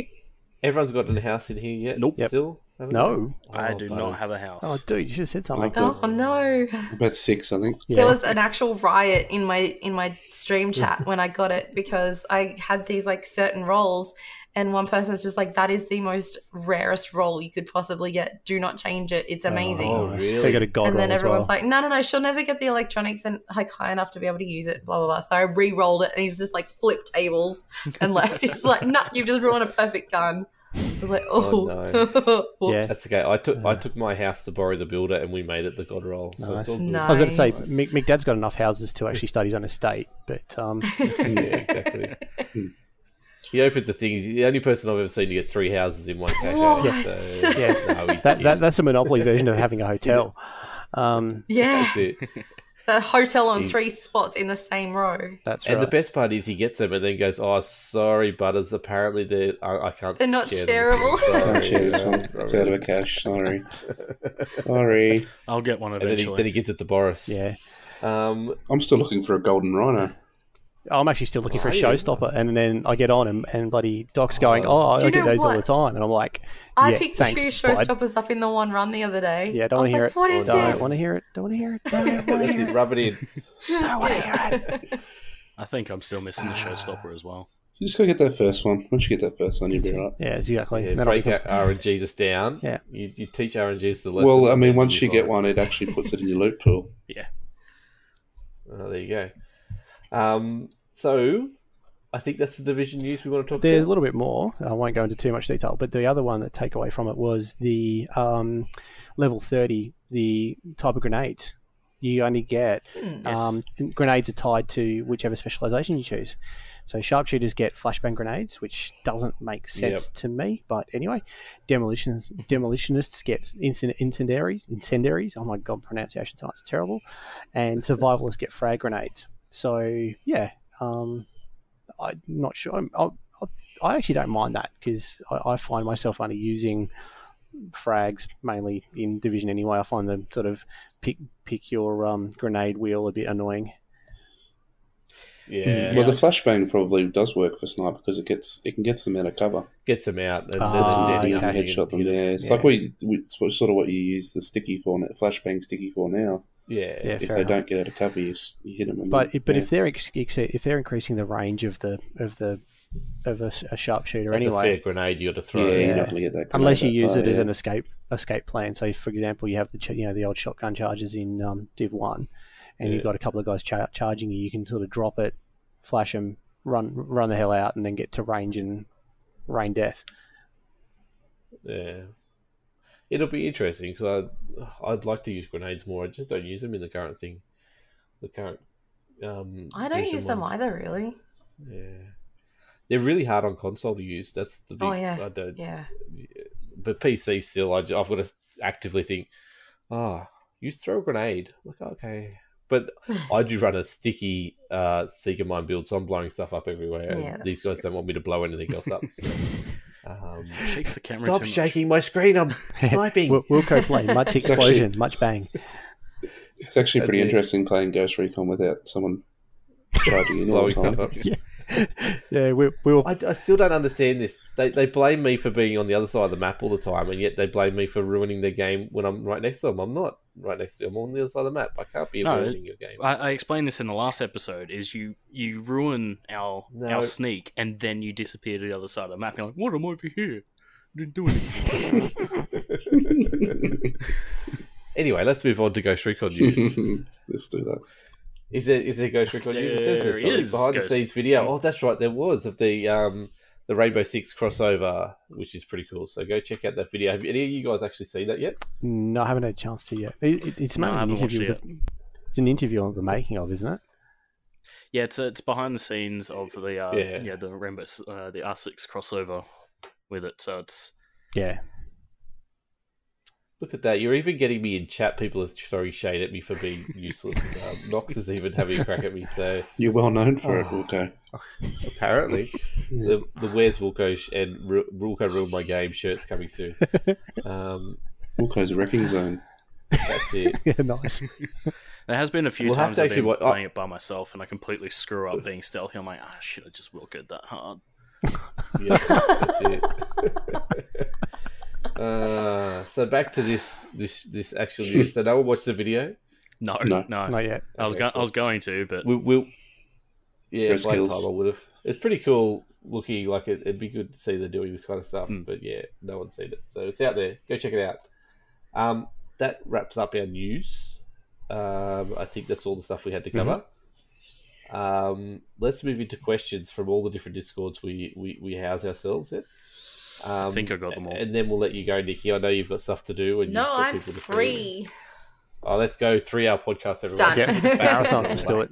S3: Everyone's got a house in here yet?
S5: Nope.
S6: Yep.
S3: Still? haven't they?
S6: No.
S5: I
S3: Oh,
S5: do not
S3: butters.
S5: have a house.
S6: Oh, dude, you should have said something.
S2: I've
S4: Oh no.
S2: About six, I think.
S6: Yeah.
S4: There was an actual riot in my in my
S3: *laughs*
S4: stream chat when I got it because I had these like certain roles and one person's just like that is the most rarest role you could possibly get. Do not change it. It's amazing.
S3: Oh,
S6: So
S3: really?
S6: you got a god
S4: and then
S6: roll as
S4: everyone's
S6: well.
S4: like, no, no, no, she'll never get the electronics and like high enough to be able to use it. Blah blah blah. So I re-rolled it, and he's just like flipped tables and left. *laughs* he's like, no, you've just ruined a perfect gun. I was like,
S3: Oh,
S4: oh, *laughs*
S6: Yeah.
S3: That's okay. I took I
S6: Uh.
S3: took my house to borrow the builder, and we made it the god roll. So it's all good.
S4: Nice.
S6: I was going to say,
S4: Nice.
S6: Mick, Mick Dad's got enough houses to actually start his own estate, but um,
S3: *laughs* yeah, exactly. He opened the thing. He's the only person I've ever seen to get three houses in one cash out.
S4: What?
S6: *laughs*
S3: So, no,
S4: Yeah.
S3: he
S6: that, that
S3: didn't.
S6: that's a monopoly version of
S3: *laughs*
S6: having a hotel. Um,
S4: *laughs* yeah,
S3: That's it.
S4: the hotel on
S3: He-
S4: three spots in the same row.
S6: that's
S3: And
S6: right.
S3: the best part is he gets them and then goes, "Oh, sorry, butters. Apparently they I, I can't.
S4: They're not
S3: share them with you.
S4: shareable."
S2: Can't share this
S3: Sorry."
S2: one. It's out of a cache. Sorry. Sorry.
S5: I'll get one
S3: And then he,
S5: eventually.
S3: then he gives it to Boris.
S6: yeah,
S3: Um,
S2: I'm still looking for a golden rhino.
S6: I'm actually still looking for a
S3: Are you?
S6: showstopper, and then I get on and, and bloody Doc's going,
S3: Oh.
S6: "Oh, I
S4: Do you
S6: get
S4: know
S6: those all
S4: what?
S6: the time," and I'm like,
S4: I
S6: yeah,
S4: picked
S6: thanks,
S4: two
S6: bud.
S4: showstoppers up in the one run the other day.
S6: Yeah, don't want to
S4: I
S6: hear
S4: was
S6: it.
S4: like, What is
S6: don't
S4: this?
S6: want to hear it. Don't want to hear it.
S4: *laughs*
S6: Don't want
S3: that's
S6: to hear
S3: it.
S6: it.
S3: Rub it in.
S4: Yeah.
S6: wanna hear
S3: *laughs*
S5: I think I'm still missing the
S3: Ah.
S5: showstopper as well.
S2: You just gotta get that first one. Once you get that first one, you'll be right.
S6: Yeah, exactly.
S3: Yeah,
S6: And then I'll
S3: break
S6: become-
S3: out RNGs us down.
S6: Yeah.
S3: You, you teach RNGs the lesson.
S2: Well, I
S3: and
S2: mean,
S3: then
S2: once you
S3: you'll be
S2: get
S3: fine.
S2: one, it actually puts it in your loot pool.
S3: Oh, there you go. Um, so, I think that's the division news we want to talk
S6: There's a
S3: about.
S6: little bit more. I won't go into too much detail, but the other one that take away from it was the um, level 30, the type of grenades. you only get.
S4: Hmm.
S5: Yes.
S6: Um, grenades are tied to whichever specialization you choose. So sharpshooters get flashbang grenades, which doesn't make sense to me. But anyway, demolitions demolitionists get incend- incendiaries. Incendiaries. Oh my god, pronunciation tonight's terrible. And survivalists get frag grenades. So yeah, um, I'm not sure. I'm, I, I actually don't mind that because I, I find myself only using frags mainly in division anyway. I find them sort of pick pick your um, grenade wheel a bit annoying.
S3: Yeah,
S2: well, the flashbang probably does work for sniper because it gets it can get them out of cover.
S3: gets them out. And
S6: Ah,
S3: then
S2: Sticking
S3: they're just
S2: up
S6: okay.
S2: and headshot them. Yeah, it's
S6: Yeah.
S2: like we, we it's what- sort of what you use the sticky for now, flashbang sticky for now.
S3: Yeah,
S6: Yeah,
S2: if
S6: fair
S2: they
S6: enough.
S2: don't get out of cover, you, s- you hit them. And
S6: But
S2: then-
S6: but
S2: yeah.
S6: if they're ex- ex- if they're increasing the range of the of the of a, s- a sharpshooter
S3: That's a fair
S6: anyway,
S3: grenade you got to throw.
S2: yeah, you're
S6: yeah.
S2: not going to get that.
S6: unless you
S2: grenade
S6: use
S2: that
S6: it
S2: far,
S6: as
S2: yeah.
S6: an escape escape plan. So for example, you have the ch- you know the old shotgun charges in um, Div One, and
S3: Yeah.
S6: you've got a couple of guys char- charging you. You can sort of drop it, flash them, run run the hell out, and then get to range and rain death.
S3: Yeah, it'll be interesting because I I'd like to use grenades more. I just don't use them in the current thing, the current. Um,
S4: I don't
S3: version
S4: use them
S3: one.
S4: either, really.
S3: Yeah, they're really hard on console to use. That's the big.
S4: Oh, yeah.
S3: I don't.
S4: Yeah.
S3: But PC still, I, have got to actively think. Ah, you throw a grenade. Like okay,
S4: *sighs*
S3: but I do run a sticky uh, seeker mine build, so I'm blowing stuff up everywhere. and
S4: Yeah, that's
S3: these guys don't want me to blow anything else
S5: *laughs*
S3: up.
S4: *laughs*
S3: So, um,
S5: Shakes the camera.
S3: stop
S5: too much.
S3: shaking my screen.
S5: *laughs*
S3: I'm sniping.
S6: Wil- Wilco play much
S2: actually-
S6: explosion, much bang.
S2: It's actually pretty
S3: That's it.
S2: interesting playing Ghost Recon without someone charging in all the
S3: *laughs* blowing stuff
S2: *laughs* time.
S3: up.
S6: Yeah, we, we'll
S3: I, I still don't understand this. They, they blame me for being on the other side of the map all the time, and yet they blame me for ruining their game when I'm right next to them. I'm not right next to them. I'm on the other side of the map. I can't be
S5: No,
S3: ruining your game.
S5: I, I explained this in the last episode. Is you you ruin our
S3: No.
S5: our sneak and then you disappear to the other side of the map. You're like, what am I over here? Didn't do anything.
S3: Anyway, let's move on to Ghost Recon
S5: *laughs*
S3: news.
S2: Let's do that.
S3: is there is there Ghost Recon news? It says there's
S5: There
S3: something
S5: is
S3: behind
S5: Ghost-
S3: the scenes video. Oh, that's right, there was of the um the Rainbow Six crossover, which is pretty cool. So go check out that video. Have any of you guys actually seen that yet?
S6: No, I haven't had a chance to yet. It, it- it's
S5: No,
S6: mainly
S5: I
S6: an
S5: haven't watched
S6: interview.
S5: it
S6: with- it's an interview on the making of, isn't it?
S5: yeah, it's it's behind the scenes of the uh,
S3: Yeah.
S5: yeah. the Rainbow S- uh, the R six crossover with it. So it's
S6: Yeah.
S3: Look at that. You're even getting me in chat. People are throwing shade at me for being *laughs* useless. um, Knox is even having a crack at me. So
S2: You're well known for
S6: Ah.
S2: it,
S3: Oh.
S2: Wilco.
S3: apparently. the, the Where's Wilco sh- and Ru- Wilco Ruined My Game shirts coming soon. Um,
S2: Wilco's a wrecking zone.
S3: that's it.
S6: *laughs* yeah, nice.
S5: there has been a few
S3: We'll have
S5: times
S3: to
S5: I've
S3: actually
S5: been
S3: wa- I-
S5: playing it by myself and I completely screw up being stealthy. I'm like, ah, shit, I just will good that hard. *laughs*
S3: Yeah,
S4: *laughs*
S3: *laughs* that's it. uh, so back to this this this actual news. So no one watched the video.
S5: No,
S2: No.
S5: no,
S6: Not
S2: *laughs*
S6: yet.
S5: I was
S3: Okay,
S5: go- I
S3: cool.
S5: was going to, but
S3: We, we'll yeah,
S2: Press
S3: by the
S2: skills.
S3: time I would have. It's pretty cool looking. Like it, it'd be good to see they're doing this kind of stuff.
S5: Mm.
S3: But yeah, no one's seen it, so it's out there. Go check it out. Um, that wraps up our news. Um, I think that's all the stuff we had to cover. Um, let's move into questions from all the different discords we we, we house ourselves in. Um,
S5: think I got them all.
S3: And then we'll let you go, Nikki. I know you've got stuff to do. And
S4: No,
S3: you've got
S4: I'm
S3: people to see.
S4: free.
S3: Oh, let's go three hour podcast, everyone.
S4: Done.
S6: Yeah, marathon. Let's do it.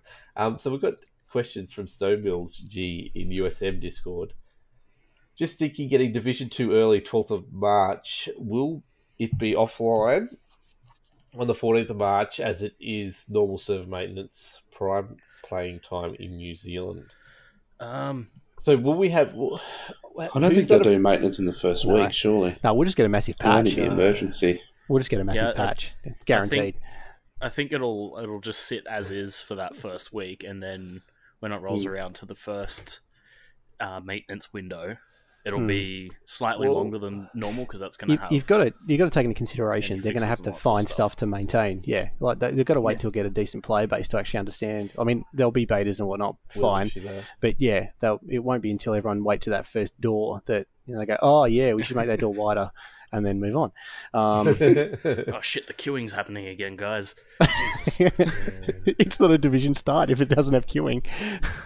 S3: *laughs* Um, so we've got questions from Stone Mills G in USM Discord. Just thinking, getting Division Two early, twelfth of March. Will it be offline on the fourteenth of March, as it is normal server maintenance, prime playing time in New Zealand?
S5: um,
S3: So will we have?
S2: I don't think
S3: that
S2: they'll
S3: *laughs*
S2: do maintenance in the first
S6: No.
S2: week, surely.
S6: No, we'll just get a massive
S2: It'll only
S6: patch.
S2: be emergency.
S6: We'll just get a massive
S5: Yeah, I-
S6: patch, guaranteed.
S5: I think it'll it'll just sit as is for that first week, and then when it rolls
S3: Hmm.
S2: Mm.
S5: around to the first uh, maintenance window, it'll
S6: Mm.
S5: be slightly
S3: Hmm. Well,
S5: longer than normal because that's going
S6: You,
S5: to have.
S6: you've got to you've got to take into consideration
S5: Any
S6: they're going to have
S5: fixes and
S6: to
S5: lots of
S6: find
S5: stuff.
S6: stuff. to maintain. Yeah, like they, they've got to wait till get a decent player base to actually understand. I mean, there'll be betas and whatnot, fine, but yeah, they'll, it won't be until everyone wait to that first door that you know they go, oh yeah, we should make that door wider, and then move on.
S5: *laughs*
S6: Um, *laughs*
S3: *laughs*
S5: Oh shit! The queuing's happening again, guys.
S6: it's not a division start if it doesn't have queuing.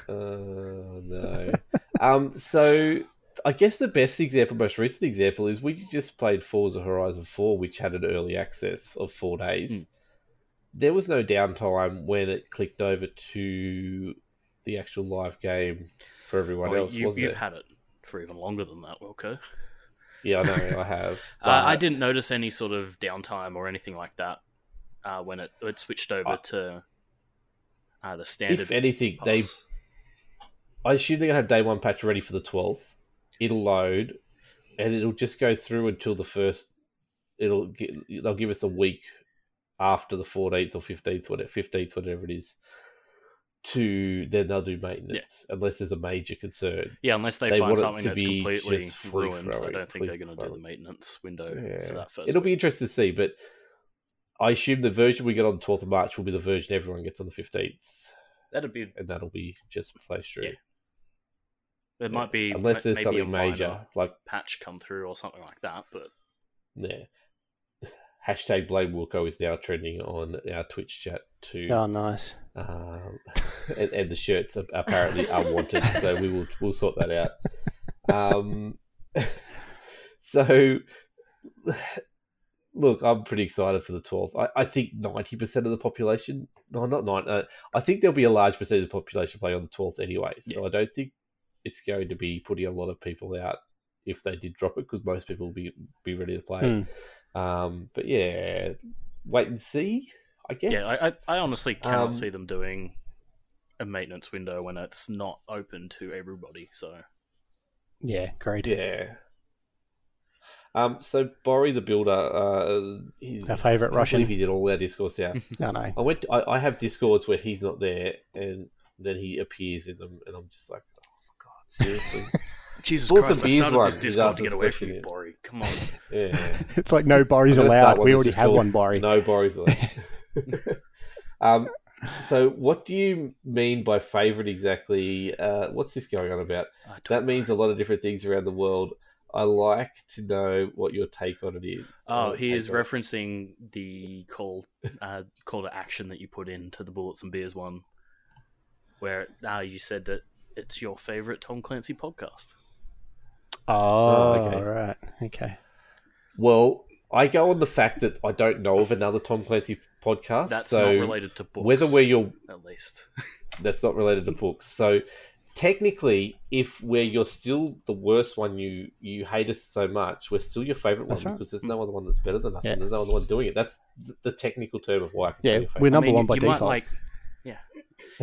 S3: Oh no. um, so I guess the best example, most recent example, is we just played Forza Horizon Four, which had an early access of four days,
S5: Hmm.
S3: there was no downtime when it clicked over to the actual live game for everyone
S5: Well,
S3: else,
S5: Oh, you,
S3: wasn't
S5: you've
S3: it?
S5: had it for even longer than that, Wilco.
S3: yeah, I know, I have.
S5: *laughs* Uh, I
S3: but-
S5: didn't notice any sort of downtime or anything like that uh, when it, it switched over
S3: Uh,
S5: to uh, the standard.
S3: If anything, they
S5: pass.
S3: I assume they're gonna have day one patch ready for the twelfth. It'll load, and it'll just go through until the first. It'll get, they'll give us a week after the fourteenth or fifteenth, whatever fifteenth, whatever it is. To then they'll do maintenance unless there's a major concern.
S5: yeah, unless they,
S3: they
S5: find
S3: want it
S5: something
S3: to
S5: that's
S3: be
S5: completely
S3: just free
S5: ruined, I
S3: throwing,
S5: don't think they're
S3: free
S5: going to do the
S3: throwing.
S5: maintenance window
S3: Yeah.
S5: for that 1st
S3: It'll be interesting to see, but I assume the version we get on twelfth of March will be the version everyone gets on the fifteenth,
S5: That'd be. It
S3: and that'll be just play through.
S5: Yeah. might be
S3: unless
S5: ma-
S3: there's
S5: maybe a
S3: something
S5: minor
S3: major like
S5: patch come through or something like that. But
S3: Yeah. Hashtag blame Wilco is now trending on our Twitch chat too.
S6: Oh, nice.
S3: Um, *laughs* and, and the shirts are, apparently are wanted, so we will we'll sort that out. Um, *laughs* so, *sighs* look, I'm pretty excited for the 12th. I, I think 90% of the population, no, not nine. Uh, I think there'll be a large percentage of the population play on the 12th anyway. So I don't think it's going to be putting a lot of people out if they did drop it, because most people will be be ready to play. Um, but yeah, wait and see. I guess.
S5: yeah, I, I, I honestly cannot
S3: Um,
S5: see them doing a maintenance window when it's not open to everybody. So
S6: Yeah, great.
S3: Yeah. Um, so Bori the Builder, uh, he,
S6: Our favourite
S3: I can't
S6: Russian.
S3: believe He did all our discords
S6: *laughs*
S3: now.
S6: No, no.
S3: I went. I, I have discords where he's not there, and then he appears in them, and I'm just like, oh god,
S6: *laughs*
S3: seriously?
S5: Jesus
S3: Bulls
S5: Christ, I
S3: and Bees
S5: started
S3: one.
S5: this
S3: He's
S5: Discord
S3: asked
S5: to get
S3: us
S5: away
S3: what
S5: from
S3: you
S5: you,
S3: did.
S5: Bori.
S3: *laughs*
S5: Come on.
S3: yeah.
S6: *laughs* It's like no Bori's
S3: I'm gonna start
S6: allowed.
S3: one
S6: We
S3: that's
S6: already
S3: just
S6: have
S3: called
S6: one Bori.
S3: No Bori's allowed.
S6: *laughs*
S3: *laughs* um, so what do you mean by favorite exactly? Uh, what's this going on about?
S5: I don't
S3: That
S5: know.
S3: means a lot of different things around the world. I like to know what your take on it is.
S5: Oh,
S3: Uh,
S5: he is
S3: take on it.
S5: referencing the call uh, call to action that you put in to the Bullets and Beers one, where uh, you said that it's your favorite Tom Clancy podcast.
S6: Oh,
S3: okay.
S6: right. Okay.
S3: Well, I go on the fact that I don't know of another Tom Clancy podcast.
S5: That's
S3: so
S5: not related to books,
S3: Whether we're your
S5: at least.
S3: that's not related to books. So technically, if where you're still the worst one, you you hate us so much, we're still your favorite one
S6: That's right.
S5: Hmm.
S3: because there's no other one that's better than us,
S6: Yeah.
S3: and there's no other one doing it. That's th- the technical term of why I
S6: Yeah,
S3: consider
S6: we're
S5: I
S6: Number
S5: mean,
S6: one by
S5: you might
S6: default.
S5: like, yeah,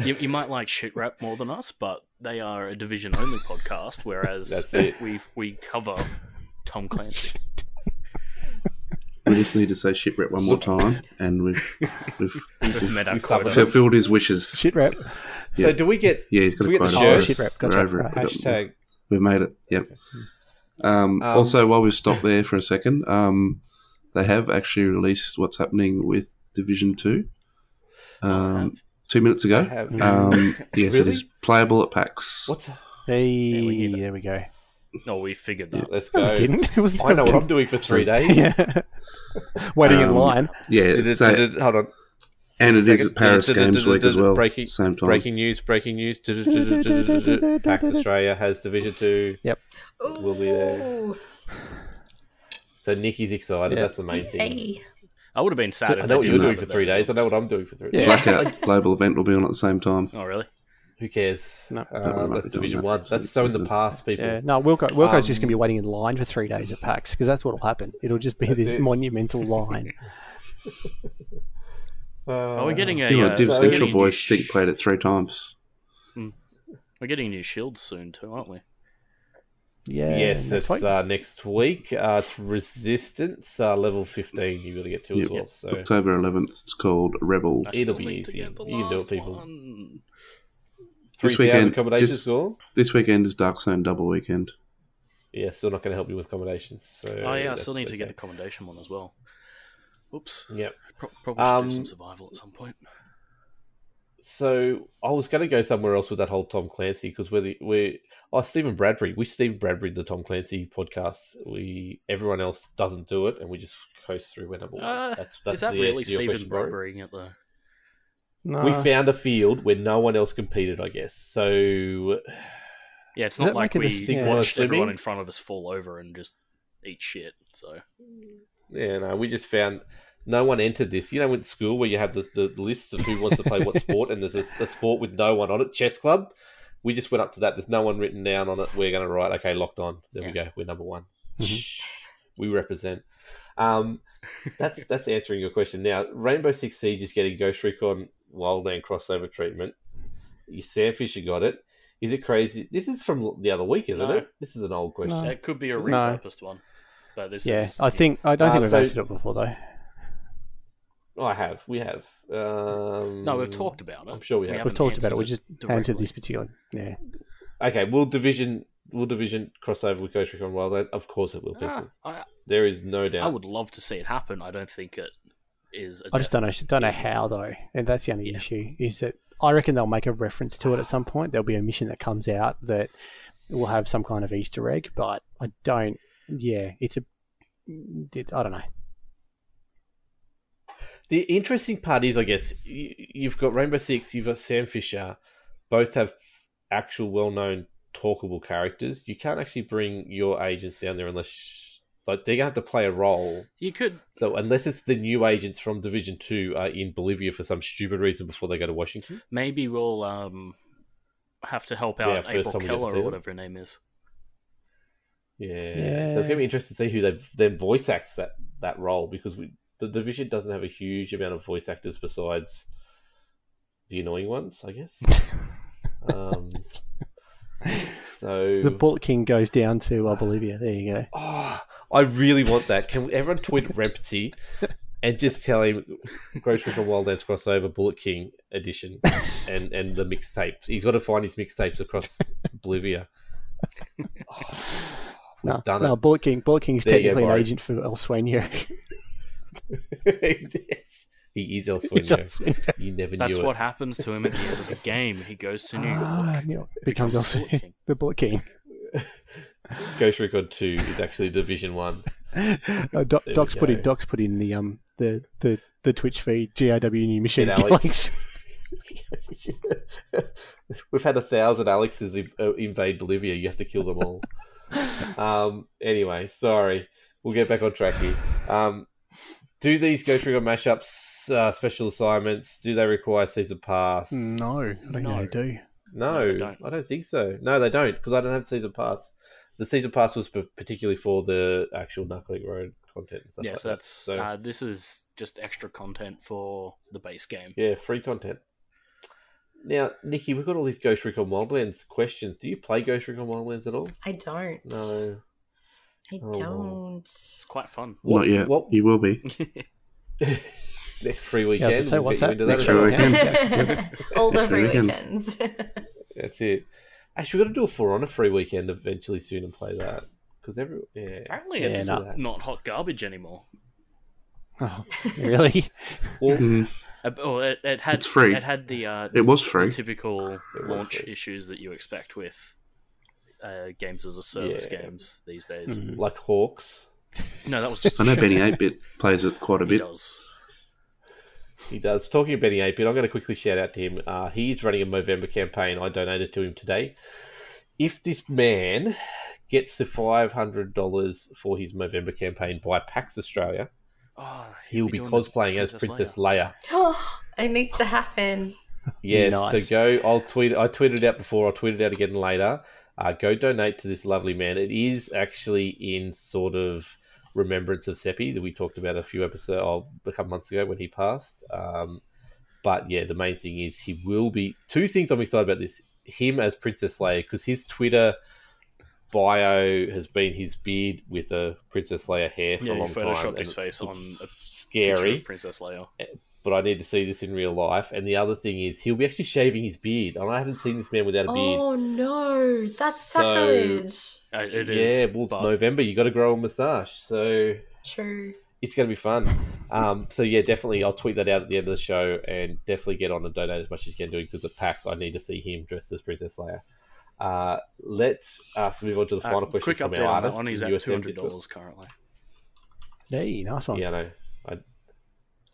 S5: you, you might like shit rap more than us, but they are a division only podcast,
S3: *laughs*
S5: whereas
S3: That's it.
S5: we we cover Tom Clancy.
S2: We just need to say shipwreck one more time, and we've we've
S3: *laughs*
S5: We've met our
S3: We summoned
S5: quota.
S3: him.
S2: fulfilled his wishes.
S6: Shit rep.
S3: So
S2: Yeah.
S3: do we get
S2: Yeah, he's got
S3: We
S2: a
S3: get the
S2: quota.
S3: shares.
S2: for us.
S3: Shit rep,
S6: gotcha.
S2: We're over it.
S6: Right.
S2: We've got-
S3: hashtag?
S2: We've made it. Yep. Um, also, while we've stopped there for a second, um, they have actually released what's happening with Division Two. Um, two minutes
S3: I
S2: ago.
S3: have-
S2: Um, yes, it
S3: Really?
S2: is playable at PAX.
S3: What's
S6: Hey,
S5: Yeah, we need it.
S6: there we go.
S5: No, Oh, we figured that.
S3: let's
S6: No,
S3: go.
S6: *laughs* we didn't. It was
S3: I know what I'm doing for three days.
S6: *laughs* yeah.
S3: *laughs*
S6: Waiting in
S2: Um,
S6: line.
S2: Yeah,
S3: Did it-
S2: it's that-
S3: did it- hold on.
S2: and it is
S3: second-
S2: at Paris
S3: did it- did it-
S2: Games Week
S3: did
S2: as
S3: it
S2: well.
S3: breaking-
S2: same time.
S3: Breaking news, breaking news. Pax Australia has Division 2. We'll be there.
S4: Ooh,
S3: So Nikki's excited.
S6: Yeah.
S3: That's the main thing.
S4: Yay.
S5: I would have been
S3: I
S5: sad. if
S3: know
S5: they
S3: what
S5: didn't
S3: you're doing
S5: have
S3: for
S5: it
S3: three
S5: there,
S3: days. I know what
S5: honestly.
S3: I'm doing for three days.
S6: Yeah.
S3: *laughs*
S2: Blackout global event will be on at the same time.
S5: Oh, really?
S3: Who cares?
S6: No.
S3: Uh,
S2: might
S3: that's
S2: be doing
S3: Division
S2: that.
S3: 1. That's so in the past, people.
S6: Yeah, no, Wilco, Wilco's just
S3: Um,
S6: going to be waiting in line for three days at PAX because that's what will happen. It'll just be
S3: That's
S6: this
S3: it.
S6: monumental line.
S5: Are we getting a?
S2: You know,
S5: uh,
S2: Div
S5: we're
S3: so-
S5: getting
S2: Central
S5: a
S2: boys
S5: new sh-
S2: Stink played it three times.
S5: We're getting new shields soon too, aren't we?
S6: yeah.
S3: Yes,
S6: next
S3: it's
S6: week.
S3: uh, next week. Uh, it's Resistance, uh, level 15. You've got to get to as
S2: Yep.
S3: well. So
S2: October 11th. It's called Rebel.
S5: I
S3: It'll
S5: still
S3: be
S5: need to
S3: easy.
S5: get the
S3: You can do it,
S5: last
S3: people.
S5: one.
S3: 3,000
S2: weekend-
S3: accommodations
S2: this-
S3: score.
S2: This weekend is Dark Zone Double Weekend.
S3: Yeah, still not going to help you with accommodations. So
S5: Oh yeah, I still need
S3: that's
S5: to get the
S3: okay.
S5: commendation one as well. Oops,
S3: Yep.
S5: Pro- probably should
S3: Um,
S5: do some survival at some point.
S3: So I was going to go somewhere else with that whole Tom Clancy because we're the, we're oh Stephen Bradbury we Stephen Bradbury the Tom Clancy podcast we everyone else doesn't do it and we just coast through whenever we
S5: Uh,
S3: that's
S5: Is that
S3: the
S5: really
S3: answer to your
S5: Stephen
S3: question, bro.
S5: Bradbury at the?
S6: No.
S3: *laughs* We found a field where no one else competed, I guess. So
S5: Yeah, it's
S6: Does
S5: not
S6: that
S5: like
S6: make a
S5: we
S6: distinct
S3: one
S5: watched everyone
S3: swimming?
S5: in front of us fall over and just eat shit. So
S3: yeah, no, we just found no one entered this. You know, in school where you have the, the lists of who wants to play what
S5: *laughs*
S3: sport, and there's a, a sport with no one on it, chess club. We just went up to that. There's no one written down on it. We're going to write, okay, locked on. There we go. We're number one.
S5: Mm-hmm.
S3: we represent. Um,
S5: *laughs*
S3: that's that's answering your question. Now, Rainbow Six Siege is getting Ghost Recon Wildland crossover treatment. Sam Fisher got it. Is it crazy? This is from the other week, isn't
S5: No.
S3: it? This is an old question.
S6: No.
S5: It could be a
S6: Uh, No.
S5: repurposed one, but this
S6: yeah,
S5: is
S6: I think I don't
S3: Uh,
S6: think we've
S3: so-
S6: answered it before though.
S3: Oh, I have. We have. Um,
S5: no. We've talked about it.
S3: I'm sure we have.
S6: We've
S5: haven't
S6: talked about it.
S5: answered
S6: We just answered
S5: directly.
S6: this particular. Yeah,
S3: Okay, will division will division crossover with Ghost Recon Wildland? Of course it will. People.
S5: Ah, I,
S3: There is no doubt.
S5: I would love to see it happen. I don't think it is. A
S6: I just don't know. Don't know how though, and that's the only
S5: Yeah.
S6: issue is that I reckon they'll make a reference to it at some point. There'll be a mission that comes out that will have some kind of Easter egg, but I don't. Yeah, it's a. It, I don't know.
S3: The interesting part is, I guess, you, you've got Rainbow Six, you've got Sam Fisher, both have actual well-known talkable characters. You can't actually bring your agents down there unless, like, they're gonna have to play a role.
S5: You could.
S3: So unless it's the new agents from Division Two are in Bolivia for some stupid reason before they go to Washington.
S5: Maybe we'll um have to help
S3: Yeah,
S5: out
S3: first
S5: April
S3: time we get to see
S5: Keller or
S3: them.
S5: whatever her name is.
S3: Yeah.
S6: Yeah.
S3: So it's gonna be interesting to see who they then voice acts that that role because we the division doesn't have a huge amount of voice actors besides the annoying ones, I
S6: *laughs*
S3: guess. um, so
S6: The Bullet King goes down to uh, Bolivia. There you go.
S3: Oh, I really want that. Can everyone tweet Rempty and just tell him Grocery and Wild Dance crossover Bullet King edition and and the mixtapes. He's got to find his mixtapes
S6: *laughs*
S3: across Bolivia. Oh, we've
S6: No,
S3: done
S6: no,
S3: it.
S6: Bullet King. Bullet King's
S3: There you go,
S6: technically an
S3: Barry.
S6: agent for El *laughs* Sueño.
S3: Yes. *laughs* he is El
S6: He's El
S3: Sueño.
S6: Sueño.
S3: You never knew
S5: That's
S3: it.
S5: what happens to him at the
S3: *laughs*
S5: end of the game. He goes to New York.
S6: Ah, New York becomes El
S5: becomes the Bullet
S6: Sueño.
S5: King.
S6: The Bullet King.
S3: Ghost Record Two is actually Division One. *laughs*
S6: Uh, Doc,
S3: we
S6: Doc's put in
S3: go.
S6: Doc's put in the um the the, the Twitch feed GIW new mission. *laughs*
S3: Get Alex. We've had a thousand Alexes inv- uh, invade Bolivia. You have to kill them all.
S5: *laughs*
S3: um, anyway, sorry. We'll get back on track here. Um, do these Ghost Recon mashups, uh, special assignments, do they require season pass?
S6: No, I don't
S5: No.
S6: know. Do
S3: No,
S5: No, they don't.
S3: I don't think so. No, they don't because I don't have season pass. The season pass was p- particularly for the actual Narcotic Road content. And *laughs* stuff
S5: Yeah,
S3: like
S5: so
S3: that.
S5: that's uh, this is just extra content for the base game.
S3: Yeah, free content. Now, Nikki, we've got all these Ghost Recon Wildlands questions. Do you play Ghost Recon Wildlands at all?
S4: I don't.
S5: *laughs*
S3: No.
S4: I
S3: Oh, well.
S6: *laughs*
S4: don't.
S5: It's quite fun. *laughs*
S3: What-
S2: Not yet.
S3: what-
S2: You will be.
S3: Next free
S6: Yeah, I
S3: weekend.
S6: was gonna
S3: we'll
S6: say,
S3: get you into
S2: what's
S3: that
S2: that?
S3: as well. *laughs*
S2: Next
S4: *laughs*
S2: free
S4: All the
S2: It's
S4: free
S2: really
S4: weekends.
S3: That's it. Actually, we're going to do a For Honor free weekend eventually soon and play that. Because every. Yeah.
S5: Apparently,
S6: Yeah,
S5: it's
S6: no.
S5: not hot garbage anymore.
S6: *laughs* oh, really?
S3: Well,
S2: Mm,
S5: Uh, Well, it, it had
S2: It's free.
S5: It had the, uh,
S2: it was
S5: the
S2: free.
S5: typical
S3: was
S5: launch
S3: free.
S5: issues that you expect with uh, games as a service
S3: Yeah. Hmm.
S5: games these days.
S6: *laughs* *laughs* Mm.
S3: like Hawks.
S5: No, that was just
S2: I know
S5: a
S2: Benny 8
S3: *laughs*
S2: bit plays it quite a
S5: He
S2: bit.
S5: does.
S3: He does. Talking of Benny Apid, I'm going to quickly shout out to him. Uh, he's running a Movember campaign. I donated to him today. If this man gets to $500 for his Movember campaign by PAX Australia,
S5: Oh,
S3: he'll be
S5: doing the
S3: cosplaying as Princess Leia.
S4: *gasps* it needs to happen.
S3: Yes,
S6: Nice.
S3: so go. I'll tweet. I tweeted it out before. I'll tweet it out again later. Uh, go donate to this lovely man. It is actually in sort of remembrance of Seppi that we talked about a few episodes, oh, a couple months ago when he passed. Um, but yeah, the main thing is he will be. Two things I'm excited about this: him as Princess Leia because his Twitter bio has been his beard with a Princess Leia hair for
S5: Yeah,
S3: a
S5: he
S3: long time.
S5: photoshopped
S3: and
S5: his
S3: it
S5: face
S3: looks
S5: on a Picture
S3: scary
S5: of Princess Leia.
S3: but I need to see this in real life. And the other thing is, he'll be actually shaving his beard, and I haven't seen this man without a beard.
S4: Oh no, that's
S3: So-
S4: sacrilege.
S5: Uh, it
S3: yeah,
S5: is.
S3: well, it's
S5: but
S3: November, you got to grow a moustache, so *laughs*
S4: True. *laughs*
S3: it's going to be fun. Um, so yeah, definitely, I'll tweet that out at the end of the show, and definitely get on and donate as much as you can do because at PAX, I need to see him dressed as Princess Leia. Uh, let's uh, so move on to the
S5: uh,
S3: final question
S5: quick
S3: from
S5: update
S3: our
S5: on that
S3: artist.
S5: one. He's
S3: in
S5: at two
S3: USM
S5: hundred
S3: this
S5: dollars currently.
S6: Hey, nice one.
S3: week. Yeah, I know. I,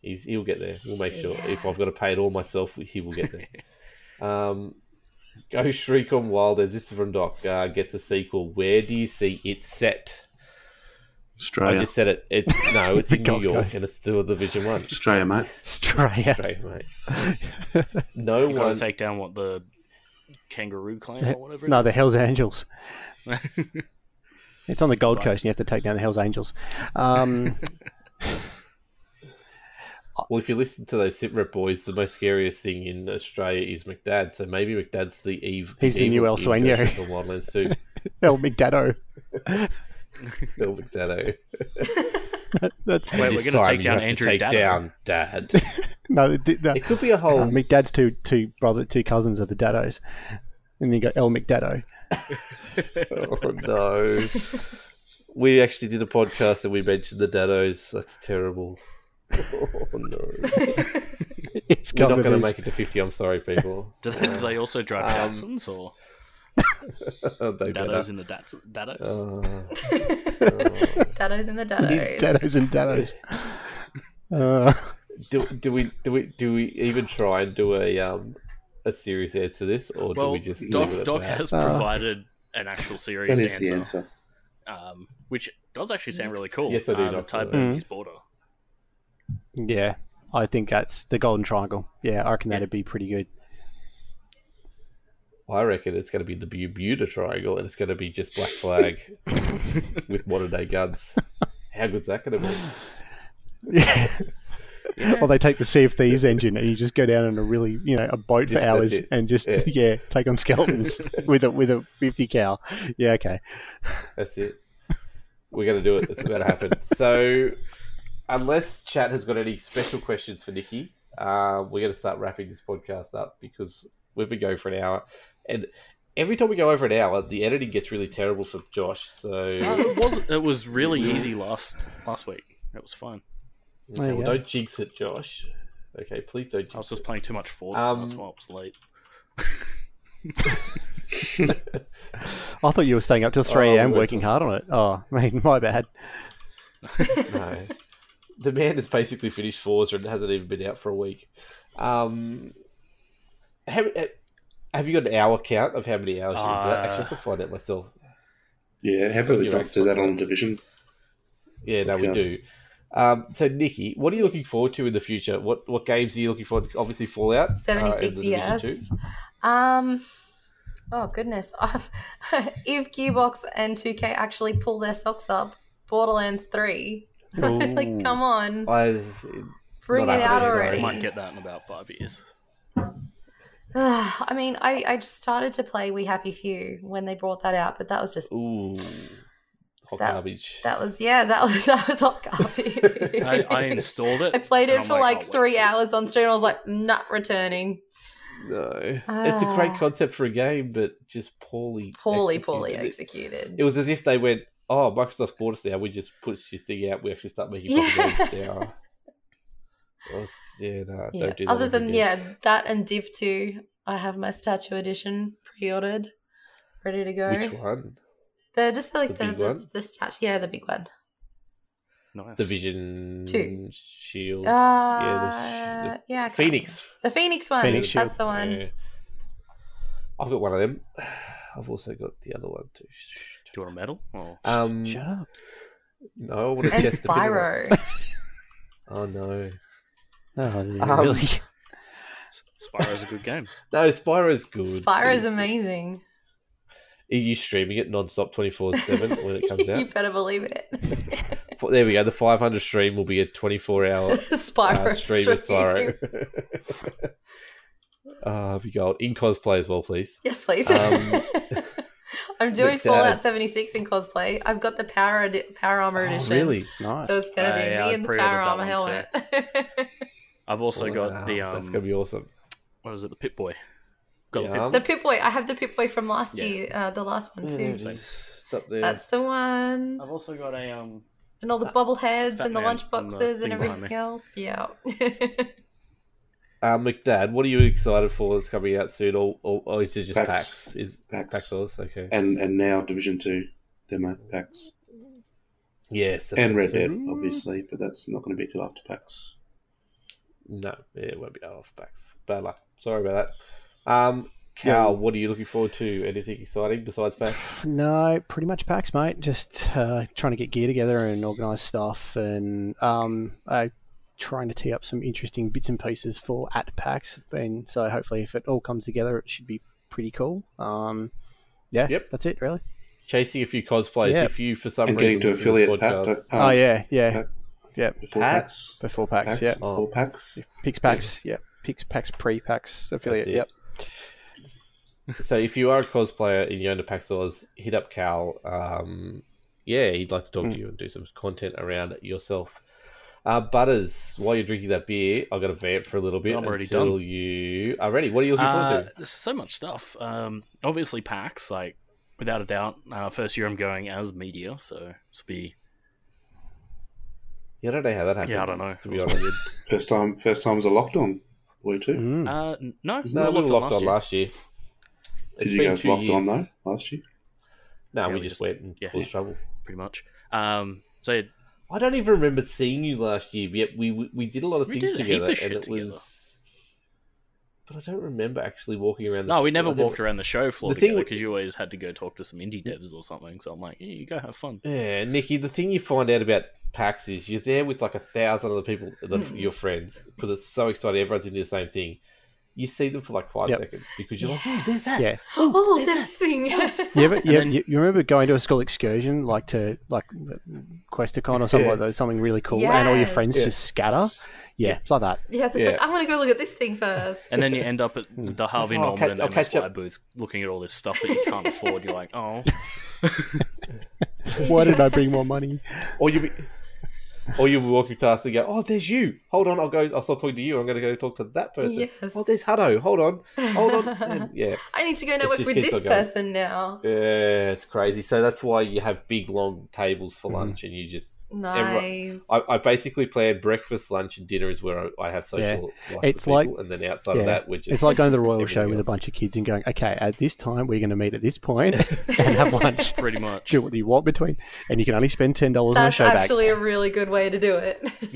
S3: he's, he'll get there. We'll make sure. If I've got to pay it all myself, he will get there.
S5: *laughs*
S3: Um, Go Shriek on Wild as it's from Doc uh, gets a sequel. Where do you see it set? I
S2: Australia.
S3: just said it. It
S6: *laughs*
S3: no, it's
S6: The
S3: in New
S6: Gold
S3: York
S6: Coast.
S3: and it's still Division
S5: *laughs*
S3: One.
S2: Australia, mate.
S6: Australia.
S3: Straight, mate. No
S5: You gotta
S3: one.
S5: take down what the kangaroo clan or whatever. it
S6: no, the
S5: is?
S3: *laughs*
S6: Hells Angels. It's on the Gold
S5: Right.
S6: Coast, and you have to take down the Hells Angels. *laughs* Um,
S3: Well, if you listen to those Sitrep boys, the most scariest thing in Australia is McDad. So maybe McDad's the ev-
S6: He's the new
S3: evil
S6: El
S3: in
S6: Sueño.
S3: Ghost Recon Wildlands
S6: *laughs*
S3: too.
S6: El McDaddo.
S3: Bill McDaddo.
S6: *laughs* That's,
S5: Wait,
S3: And
S5: we're
S3: this time
S5: gonna take
S3: you
S5: down
S3: have
S5: Andrew
S3: to take
S5: Dado.
S3: down Dad.
S6: no, th- no.
S3: It could be a whole.
S6: *laughs* Uh, McDad's two two brother two cousins are the Daddos, and then you got El McDaddo.
S3: oh, no. We actually did a podcast and we mentioned the Daddos. That's terrible. Oh no.
S6: It's
S3: We're
S6: got
S3: not
S6: to
S3: going to
S6: be
S3: make it to 50. I'm sorry, people.
S5: *laughs* Do they, do they also drive
S3: Um,
S5: Datsuns or
S3: *laughs* they
S5: Dattos
S3: better.
S5: in the Dats- Dattos?
S3: Oh. Uh,
S4: Daddos in the daddos.
S6: Daddos
S3: *laughs*
S6: and Daddos. Uh, *laughs*
S3: do, do we do we do we even try and do a um a serious answer to this, or do
S5: well,
S3: we just
S5: Doc,
S3: leave it at
S5: Doc
S3: that?
S5: has
S6: Uh,
S5: provided an actual serious
S2: That is
S5: answer,
S2: the answer.
S5: Um, which does actually sound really cool.
S3: Yes, I do
S5: Um,
S3: like
S5: Type
S3: that.
S5: in
S4: Mm-hmm.
S5: his border.
S6: yeah, I think that's the Golden Triangle. Yeah, I reckon that'd be pretty good.
S3: I reckon it's going to be the Bermuda Triangle, and it's going to be just Black
S5: *laughs*
S3: Flag with modern day guns. How good's that going to
S5: *laughs*
S3: be?
S6: Yeah.
S5: Yeah.
S6: *laughs* Or they take the Sea of Thieves engine and you just go down in a really, you know, a boat
S3: Just
S6: for
S3: that's
S6: hours
S3: it.
S6: and just yeah.
S3: Yeah.
S6: take
S3: *laughs*
S6: on skeletons with a with a fifty cal. Yeah, okay.
S3: That's it. We're going to do it. It's about to happen. So, unless chat has got any special questions for Nikki, uh, we're going to start wrapping this podcast up because we've been going for an hour. And every time we go over an hour, the editing gets really terrible for Josh. So,
S5: No, Uh, it was it was really easy last last week. It was fine.
S3: Okay,
S6: you
S3: well,
S6: go.
S3: don't jinx it, Josh. Okay, please don't jinx
S5: I was
S3: it.
S5: just playing too much Forza.
S3: Um,
S5: that's why I was late.
S6: I thought you were staying up till three
S3: Oh,
S6: AM
S3: we're
S6: working hard on it. Oh *laughs* man, my bad.
S3: no. The man has basically finished Forza and hasn't even been out for a week. Um, have, uh, have you got an hour count of how many hours you've done?
S5: Uh,
S3: Actually, I can find out myself.
S2: Yeah, have
S3: So
S2: we
S3: you
S2: got
S3: asked
S2: to that
S3: what's
S2: on division?
S3: Yeah, no, we do.
S2: Podcast.
S3: Um, so, Nikki, what are you looking forward to in the future? What what games are you looking forward to? Obviously, Fallout. uh, and The
S4: 76
S3: Division Two.
S4: yes um oh goodness *laughs* I've, if gearbox and 2k actually pull their socks up borderlands 3 *laughs* like come on
S3: I,
S4: bring
S3: not
S4: it out
S3: happening, sorry.
S5: I
S4: already
S5: might get that in about
S4: *laughs*
S5: five years.
S4: *sighs* i mean i i just started to play we happy few when they brought that out but that was just
S3: ooh, hot
S4: That-
S3: garbage.
S4: that was yeah that was *laughs* that was hot garbage
S5: I,
S4: *laughs*
S5: I installed it.
S4: I played
S5: and
S4: it
S5: I'm
S4: for like,
S5: "Oh, wait."
S4: three hours on stream. I was like, not returning.
S3: no, it's a great
S4: Ah.
S3: concept for a game, but just poorly,
S4: Poorly, poorly
S3: executed.
S4: executed.
S3: It was as if they went, "Oh, Microsoft bought us now. We just put this thing out. We actually start making
S4: Yeah.
S3: proper games
S4: *laughs*
S3: now." I was- yeah, no,
S4: Yeah.
S3: don't do that.
S4: Other
S3: ever
S4: than
S3: again.
S4: yeah, that and Div Two, I have my Statue Edition pre-ordered, ready to go.
S3: which one?
S4: They're just like
S3: The
S4: the
S3: big
S4: the,
S3: one?
S4: the statue. Yeah, the big one.
S5: Nice.
S3: Division
S4: Two.
S3: Shield.
S4: Uh, yeah,
S3: the sh-
S4: yeah. I can't
S3: Phoenix.
S4: remember. The Phoenix one.
S6: Phoenix
S4: That's
S6: Shield.
S4: the one.
S3: Yeah. I've got one of them. *sighs* I've also got the other one too.
S5: Do you want a medal? Or...
S3: Um,
S6: Shut up.
S3: no, I want a
S4: *laughs* And
S3: chest to pin it on.
S4: Spyro.
S3: Oh no,
S6: Oh,
S3: Um,
S6: really? *laughs*
S5: Spyro's a good game.
S3: no, Spyro's
S4: *laughs*
S3: good.
S4: Spyro's amazing.
S3: Are you streaming it non-stop, twenty-four seven when
S4: *laughs*
S3: it comes
S4: you
S3: out?
S4: better
S3: *laughs*
S4: believe it.
S3: F- There we go. The five hundred stream will be a twenty-four
S4: *laughs*
S3: hour
S4: Spyro.
S3: uh, stream of sorrow. *laughs* uh, be gold in cosplay as well, please.
S4: Yes, please.
S3: Um,
S4: *laughs*
S3: *laughs*
S4: I'm doing
S3: McDad.
S4: Fallout 76 in cosplay. I've got the Power edi- Power Armor
S3: Oh,
S4: Edition.
S3: really?
S6: Nice.
S4: So it's gonna
S5: Uh,
S4: be
S5: yeah,
S4: me
S5: I
S4: in the
S5: pre-ordered
S4: Power
S5: that
S4: Armor
S5: one
S4: helmet.
S5: I've also got the
S3: Wow,
S5: um,
S3: uh, that's gonna be awesome.
S5: what was it? The Pip Boy. Got
S3: Yeah.
S5: the
S4: *laughs* the Pip Boy. I have the Pip Boy from last
S5: Yeah.
S4: year. Uh, the last one too.
S3: Yeah, it's, it's up there.
S4: That's the one.
S5: I've also got a um.
S4: And all the
S5: Fat-
S4: bobbleheads
S5: Fat
S4: and the
S5: Man
S4: lunch
S5: on the
S4: boxes
S5: thing
S4: and
S5: behind
S4: everything
S5: me.
S4: else. Yeah. *laughs*
S3: Uh, McDad, what are you excited for that's coming out soon? Or, or, or is it just
S2: Pax.
S3: PAX? Is
S2: Pax.
S3: PAX Oz? Okay.
S2: And and now division two demo packs
S3: yes. that's
S2: and
S3: what
S2: Red
S3: I'm
S2: Dead,
S3: saying.
S2: obviously, but that's not going to be till after packs.
S3: No, it won't be off PAX. Bad luck. Sorry about that. Um, Cal, what are you looking forward to? Anything exciting besides PAX?
S6: No, pretty much packs, mate. Just uh, trying to get gear together and organise stuff, and um, uh, trying to tee up some interesting bits and pieces for at packs. And so, hopefully, if it all comes together, it should be pretty cool. Um, yeah,
S3: Yep.
S6: that's it, really.
S3: Chasing a few cosplays.
S6: Yeah.
S3: If you, for some
S2: and
S3: reason,
S2: getting to
S3: listen this
S2: affiliate pack,
S3: podcast-
S6: oh yeah, yeah,
S2: Pack-
S6: yep.
S2: before
S3: Packs?
S2: packs,
S6: Before packs,
S2: packs,
S6: yeah.
S2: before packs.
S6: Pix packs, yeah. Pix packs, pre packs, affiliate,
S3: That's it.
S6: yep.
S3: *laughs* so if you are a cosplayer and you own a pack size, hit up Cal. Um, yeah, he'd like to talk
S2: Mm.
S3: to you and do some content around yourself. Uh, Butters, while you're drinking that beer, I've got to vamp for a little bit
S5: I'm already
S3: until
S5: done.
S3: you are ready. What are you looking
S5: Uh,
S3: forward to?
S5: there's so much stuff. Um, obviously, PAX, like, without a doubt. Uh, first year I'm going as media, so this will be.
S3: Yeah, I don't know how that happened.
S5: Yeah, I don't know.
S3: To be honest, *laughs*
S2: First time, first time was a lockdown. We too.
S6: Mm.
S5: Uh, n- no,
S3: no, we were
S5: locked
S3: locked on
S5: year.
S3: last year. It's
S2: Did you
S3: been
S2: guys
S3: two
S2: locked
S3: years.
S2: on though last year?
S3: No,
S5: Yeah,
S3: we,
S5: we
S3: just,
S5: just-
S3: went and
S5: yeah.
S3: caused trouble.
S5: pretty much. Um, so yeah,
S3: I don't even remember seeing you last year. but Yet we we- we did a lot of
S5: We
S3: things
S5: did a heap
S3: together,
S5: of shit
S3: and it
S5: together.
S3: was. But I don't remember actually walking around.
S5: no, we never
S3: walked
S5: walked around the show floor
S3: The thing
S5: together
S3: with-
S5: because you always had to go talk to some indie devs or something. So I'm like, yeah, you go have fun.
S3: Yeah, Nikki, the thing you find out about PAX is you're there with like a thousand other people, the, your friends, because it's so exciting. Everyone's into the same thing. You see them for like five
S6: Yep.
S3: seconds because you're like,
S5: There's that.
S6: Yeah.
S4: Oh, this thing. *laughs*
S6: You ever, you, ever- you, you remember going to a school excursion, like to like uh, Questacon or something like that, something really cool, and all your
S4: Yes.
S6: friends
S3: Yeah.
S6: just scatter? Yeah, it's like that.
S4: yeah, that's
S3: Yeah.
S4: like, I want to go look at this thing first.
S3: *laughs*
S5: And then you end up at the Harvey
S3: Hmm. I'll
S5: Norman
S3: catch-
S5: and
S3: I'll catch
S5: MSY
S3: up.
S5: booths looking at all this stuff that you can't afford. You're like,
S3: *laughs*
S5: oh,
S6: Why
S4: *laughs*
S6: did I bring more
S5: *laughs*
S6: money?
S3: or you, be, or you walk your task and go, oh, there's you. Hold on, I'll go. I'll stop talking to you. I'm going to go talk to that person.
S4: Yes.
S3: Oh, there's Hutto. Hold on, hold
S4: *laughs*
S3: on. And yeah,
S4: I need to go
S3: It
S4: network
S3: just
S4: with
S3: keeps
S4: this
S3: on going.
S4: person now.
S3: yeah, it's crazy. So that's why you have big long tables
S6: Mm-hmm.
S3: for lunch, and you just.
S4: Nice.
S3: I, I basically plan breakfast, lunch, and dinner is where I, I have social
S6: Yeah.
S3: life with
S6: It's
S3: people,
S6: like-
S3: and then outside
S6: yeah.
S3: of that, we're just
S6: It's like going to the Royal Show
S3: Everything
S6: with a
S3: else.
S6: bunch of kids and going, okay, at this time, we're going to meet at this
S5: *laughs*
S6: point
S4: *laughs*
S6: and have lunch.
S5: pretty much.
S6: Do what you want between, and you can only spend $10 on a
S4: That's
S6: show
S4: actually
S6: back.
S4: a really good way to do it. *laughs*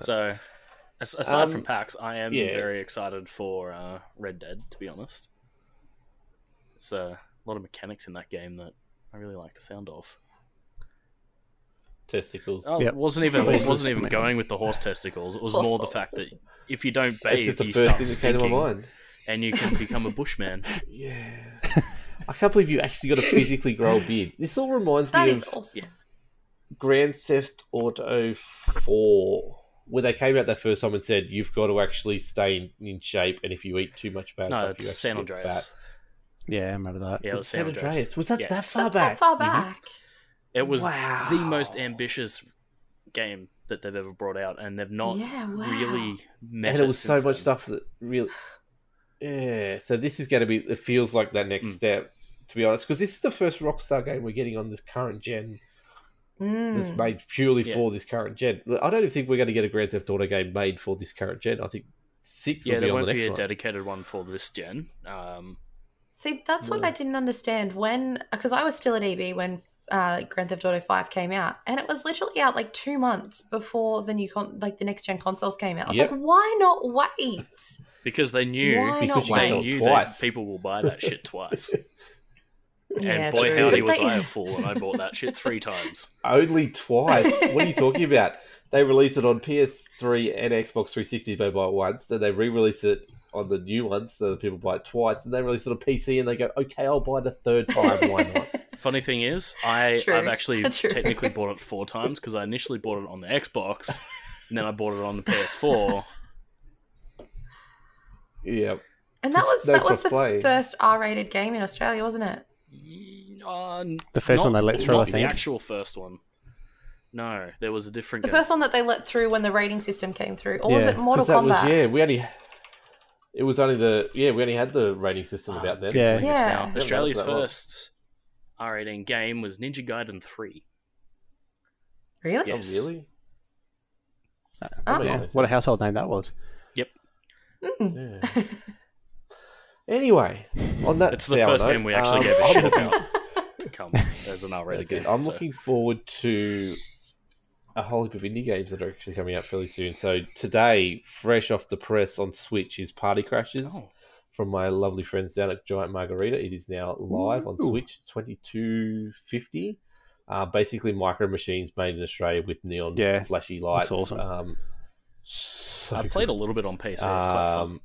S5: So, as- aside
S3: Um,
S5: from PAX, I am
S3: yeah.
S5: very excited for uh, Red Dead. To be honest, it's uh, a lot of mechanics in that game that I really like the sound of.
S3: testicles.
S5: Oh,
S6: Yep.
S5: it wasn't even it
S6: Horses.
S5: wasn't even going with the horse testicles. It was more the fact that if you don't
S3: It's
S5: bathe,
S3: just the
S5: you start
S3: first thing that came
S5: stinking,
S3: to my mind.
S5: and you can become
S3: *laughs*
S5: a bushman.
S3: Yeah.
S5: *laughs*
S3: I can't believe you actually got to physically grow a beard. This all reminds
S4: that
S3: me
S4: is
S3: of
S4: awesome.
S5: yeah.
S3: Grand Theft Auto 4, where they came out that first time and said, you've got to actually stay in, in shape, and if you eat too much bad
S5: no,
S3: stuff, you
S5: it's San
S3: actually get
S5: Andreas.
S3: fat."
S6: Yeah, I remember that.
S5: Yeah, it
S3: Was
S5: was
S3: it San Andreas. Was that
S5: Yeah.
S3: that
S4: That-
S3: far
S4: that
S3: back?
S5: Mm-hmm.
S4: far back.
S5: It was
S3: Wow.
S5: the most ambitious game that they've ever brought out, and they've not
S4: Yeah, wow.
S5: really met.
S3: And it was so
S5: since
S3: much
S5: then.
S3: stuff that really. Yeah, so this is going to be. It feels like that next
S5: Mm.
S3: step, to be honest, because this is the first Rockstar game we're getting on this current gen that's
S4: Mm.
S3: made purely
S5: Yeah.
S3: for this current gen. I don't even think we're going to get a Grand Theft Auto game made for this current gen. I think six
S5: Yeah,
S3: will be
S5: there
S3: on
S5: won't
S3: the
S5: be
S3: next
S5: a
S3: one.
S5: dedicated one for this gen. Um,
S4: See, that's what
S3: Yeah.
S4: I didn't understand when, because I was still at EB when uh, Grand Theft Auto Five came out, and it was literally out like two months before the new con- like the next gen consoles came out. I was
S3: Yep.
S4: like, why not wait?
S5: because they knew
S4: Why
S5: *laughs*
S3: Because
S4: not
S3: you
S5: they
S3: sold
S4: wait?
S5: knew
S3: twice.
S5: that people will buy that shit
S3: *laughs*
S5: twice.
S4: *laughs* Yeah,
S5: and boy
S4: true.
S5: howdy
S4: But
S5: was
S4: they- *laughs*
S5: I a fool and I bought that shit
S3: *laughs*
S5: three times.
S3: Only twice. what are you
S4: *laughs*
S3: talking about? They released it on PS3 and Xbox 360. They buy it once, then they re-release it on the new one, so that people buy it twice, and they release it on PC, and they go, "Okay, I'll buy it a third time. Oh, Why
S4: *laughs*
S3: not?"
S5: Funny thing is, I
S4: True. *laughs*
S5: I've actually
S4: True.
S5: technically bought it four times because I initially bought it on the Xbox,
S4: *laughs*
S5: and then I bought it on the PS4.
S3: Yeah,
S4: And that was
S3: No
S4: that was the
S3: crossplay.
S4: first R rated game in Australia, wasn't it?
S5: Uh,
S6: The first
S5: not-
S6: one they let through,
S5: not
S6: I think.
S5: the actual first one. No, there was a different.
S4: The
S5: game.
S4: first one that they let through when the rating system came through, or was
S6: Yeah,
S4: it Mortal
S3: 'Cause that
S4: Kombat?
S3: was yeah. We only it was only the yeah we only had the rating
S5: Ah,
S3: system about then.
S6: yeah.
S5: Yes, now.
S4: Yeah.
S5: Australia's
S3: Yeah, that was that one.
S5: first R18 game was Ninja Gaiden 3.
S4: Really?
S3: Oh,
S5: Yes.
S3: really?
S4: Oh.
S3: That makes
S6: Yeah,
S3: no
S6: what a
S3: sense.
S6: household name that was.
S4: Mm. *laughs*
S3: Yeah. anyway, on that
S5: It's the
S3: sour
S5: first
S3: note,
S5: game we actually
S3: um,
S5: gave a
S3: I'm
S5: shit
S3: looking- *laughs*
S4: *laughs*
S5: about. Come, there's an R-rated
S3: that's
S5: game.
S3: it. I'm
S5: so-
S3: looking forward to a whole heap of indie games that are actually coming out fairly soon. So today, fresh off the press on Switch, is Party Crashes.
S5: Oh.
S3: from my lovely friends down at Giant Margarita. It is now live on
S6: Ooh.
S3: Switch, twenty two fifty. Uh, basically, micro machines made in Australia with neon
S6: Yeah,
S3: flashy lights.
S6: awesome.
S3: Um, so
S5: I played a little bit on PC. It's quite fun.
S3: um,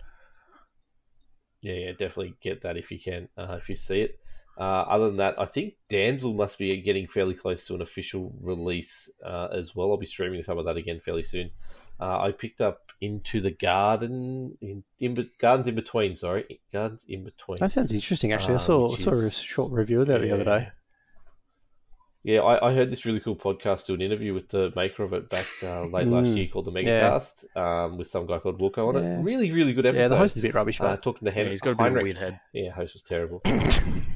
S3: Yeah, yeah, definitely get that if you can, uh, if you see it. Uh, other than that, I think Damsel must be getting fairly close to an official release uh, as well. I'll be streaming some of that again fairly soon. Uh, I picked up Into the Garden, in, in Be- Gardens in Between, sorry, Gardens in Between.
S6: That sounds interesting, actually.
S5: Ah,
S3: Um,
S6: I saw,
S3: which
S6: saw a
S3: is-
S6: short review of that the other
S3: Yeah.
S6: day.
S3: Yeah, I, I heard this really cool podcast do an interview with the maker of it back uh, late last
S6: Mm.
S3: year called The
S6: Yeah.
S3: Megacast um, with some guy called Wilco on
S6: Yeah.
S3: it. Really, really good episode.
S6: Yeah, the host is a bit rubbish,
S3: uh,
S6: but
S3: talking to
S5: Yeah,
S3: him.
S5: he's got a bit of a weird head.
S3: Yeah, host was terrible.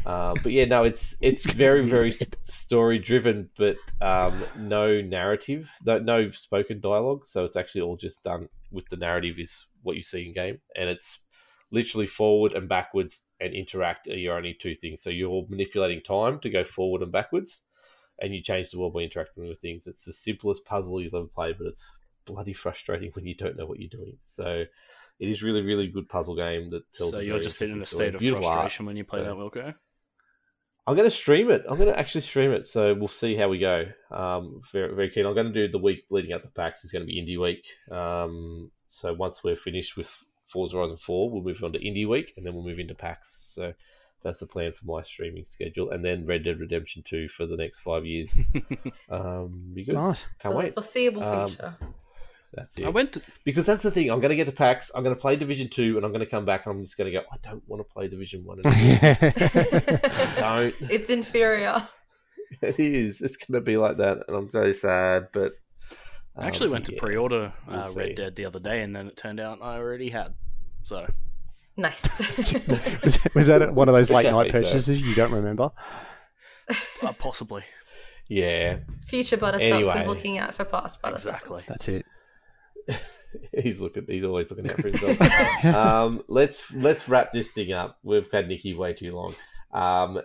S3: uh, but yeah, no, it's it's very very story driven, but um, no narrative, no, no spoken dialogue. So it's actually all just done with the narrative is what you see in game, and it's literally forward and backwards and interact are your only two things. So you're manipulating time to go forward and backwards, and you change the world by interacting with things. It's the simplest puzzle you've ever played, but it's bloody frustrating when you don't know what you're doing. So. It is really, really good puzzle game that tells.
S5: So
S3: a
S5: you're
S3: very
S5: just in
S3: interesting
S5: a
S3: story.
S5: state of
S3: Beautiful art.
S5: frustration when you play
S3: so-
S5: that, Wilco.
S3: I'm going to stream it. I'm going to actually stream it, so we'll see how we go. Um, very, very keen. I'm going to do the week leading up to PAX is going to be Indie Week. Um, so once we're finished with Forza Horizon Four, we'll move on to Indie Week, and then we'll move into PAX. So that's the plan for my streaming schedule, and then Red Dead Redemption Two for the next five years.
S5: *laughs*
S3: um, be good.
S6: Nice.
S3: Can't
S4: for the
S3: wait.
S4: foreseeable
S3: Um,
S4: future.
S3: That's
S5: I
S3: it.
S5: went. To,
S3: Because that's the thing. I'm going to get to PAX. I'm going to play Division Two, and I'm going to come back, and I'm just going to go. I don't want to play Division One.
S6: *laughs*
S3: anymore. don't.
S4: it's inferior.
S3: *laughs* It is. It's going to be like that, and I'm so sad. But
S5: I actually
S3: um,
S5: went to
S3: yeah.
S5: pre-order uh,
S3: We'll see.
S5: Red Dead the other day, and then it turned out I already had. So
S3: *laughs*
S4: Nice.
S6: was, was that one of those
S2: Good
S6: late
S2: job,
S6: night
S2: Big Dad.
S6: purchases you don't remember?
S5: uh,
S3: *laughs*
S5: possibly
S3: Yeah, *laughs*
S4: Future Butterstops
S3: Anyway.
S4: is looking out for past Butterstops.
S5: exactly.
S6: That's
S5: *laughs*
S6: it.
S3: he's looking. He's always looking out for himself. *laughs* um, let's let's wrap this thing up. We've had Nikki way too long. Um,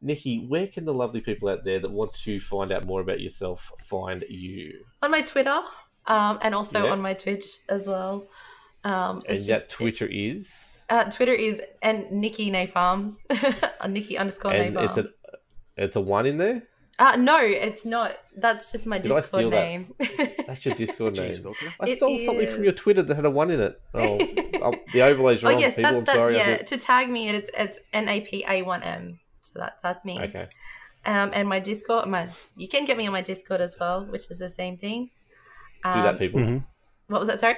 S3: Nikki, where can the lovely people out there that want to find out more about yourself find you?
S4: On my Twitter um, and also
S3: Yeah.
S4: on my Twitch as well. Um,
S3: And
S4: it's just-
S3: that Twitter is,
S4: uh, Twitter is and Nikki Napalm. *laughs* Uh, Nikki underscore
S3: and
S4: Napalm.
S3: it's a it's a one in there.
S4: uh, no, it's not. That's just my
S3: Did I
S4: Discord
S3: steal that?
S4: name.
S3: *laughs* That's
S4: *laughs*
S3: your Discord name.
S5: Jeez, Wilco.
S3: I
S4: It
S3: stole something from
S4: is.
S3: your Twitter that had a one in it. Oh, oh, the overlays
S4: *laughs* oh
S3: wrong.
S4: yes,
S3: people,
S4: that,
S3: I'm
S4: that
S3: sorry. I
S4: yeah.
S3: did-
S4: To tag me, it's it's N A P A one M. So that that's me.
S3: Okay.
S4: Um, and my Discord, my you can get me on my Discord as well, which is the same thing. Um,
S3: Do that, people.
S5: Mm-hmm.
S6: Mhm.
S4: What was that? Sorry.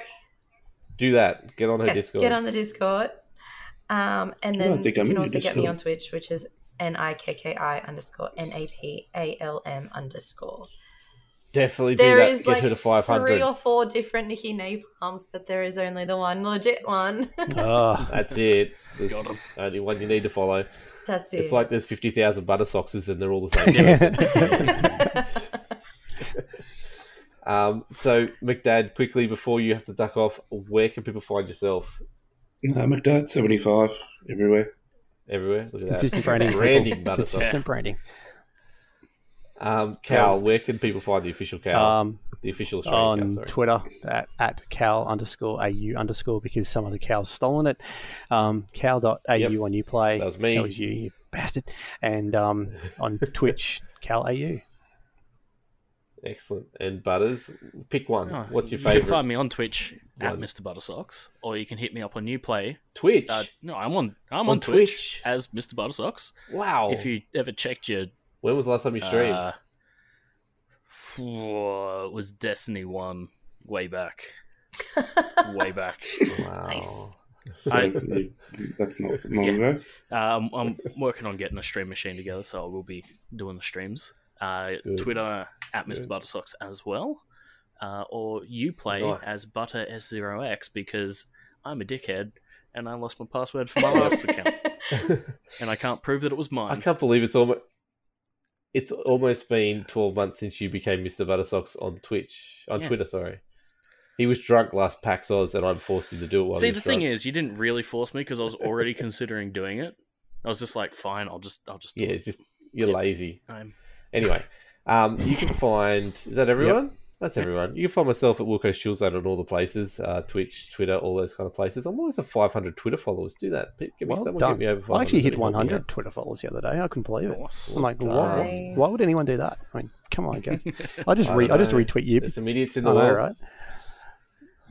S3: Do that. Get on her
S4: Yes,
S3: Discord.
S4: Get on the Discord. Um, and
S2: I
S4: then you
S2: think I'm in
S4: can
S2: your
S4: also get me
S2: Discord.
S4: on Twitch, which is N I K K I underscore N A P A L M underscore.
S3: Definitely do
S4: There
S3: that.
S4: is
S3: Get
S4: like
S3: her to five
S4: three
S3: hundred.
S4: or four different Nikki Napalms, but there is only the one legit one. *laughs*
S6: Ah,
S3: That's it. There's
S5: Got 'em.
S3: only one you need to follow.
S4: That's it.
S3: It's
S4: *laughs*
S3: like there's fifty thousand butter soxes and they're all the same. person. *laughs* um, so McDad, quickly before you have to duck off, where can people find yourself?
S2: Uh, McDad seventy five everywhere.
S3: Everywhere. Look at that.
S6: consistent branding. people.
S3: Branding butter
S6: Consistent branding.
S3: Um, Cal, where can people find the official Cal?
S6: Um,
S3: the official Australian Cal.
S6: on
S3: Sorry.
S6: Twitter at, at cal underscore au underscore because some other cow's stolen it. Um, cal.au
S3: Yep.
S6: on Uplay.
S3: That was me.
S6: That was you, you bastard. And um,
S3: *laughs*
S6: on Twitch, cal au.
S3: Excellent. And butters, pick one.
S5: Oh,
S3: Um, What's your
S5: You
S3: favorite?
S5: can find me on Twitch at
S3: one?
S5: Mr. Buttersocks, or you can hit me up on Uplay.
S3: Twitch.
S5: Uh, no, I'm on. I'm on,
S3: On
S5: Twitch,
S3: Twitch?
S5: as Mr. Buttersocks.
S3: wow.
S5: If you ever checked your,
S3: when was the last time you streamed?
S5: uh, *sighs* f- it was Destiny One way back, way back.
S3: wow.
S4: Nice.
S2: So
S5: I-
S2: you- that's not long
S5: Yeah.
S2: ago.
S5: Um, I'm working on getting a stream machine together, so I will be doing the streams. Uh,
S3: Good.
S5: Twitter at Mr.
S3: Good.
S5: Buttersocks as well, uh, or you play
S3: Nice.
S5: as Butter S0X because I'm a dickhead and I lost my password for my
S3: *laughs*
S5: last account and I can't prove that it was
S3: I
S5: mine.
S3: can't believe it's almost it's almost been twelve months since you became Mr. Buttersocks on Twitch on
S5: Yeah.
S3: Twitter. Sorry, he was drunk last PAX Oz, and I'm forced him to do it. While
S5: See,
S3: he
S5: the
S3: was
S5: thing
S3: drunk.
S5: is, you didn't really force me because I was already considering doing it. I was just like, fine, I'll just, I'll just, do
S3: yeah,
S5: it.
S3: it's just you're
S5: Yeah.
S3: lazy.
S5: I'm
S3: Anyway, um, you can find is that everyone? That's everyone. You can find myself at Wilco Shulzone on all the places uh, Twitch, Twitter, all those kind of places. I'm always at 500 Twitter followers. Do that. Pete. Give me,
S6: Well
S3: someone
S6: done.
S3: get me over 500.
S6: I actually hit
S3: That'd help me
S6: 100
S3: out.
S6: Twitter followers the other day. I couldn't believe it.
S5: Nice.
S6: I'm like, why,
S4: Nice.
S6: why would anyone do that? I mean, come on, guys. I
S3: *laughs*
S6: just
S3: I
S6: re-
S3: don't
S6: I just
S3: know.
S6: retweet you.
S3: There's some idiots
S6: I
S3: in the
S6: know,
S3: world.
S6: right?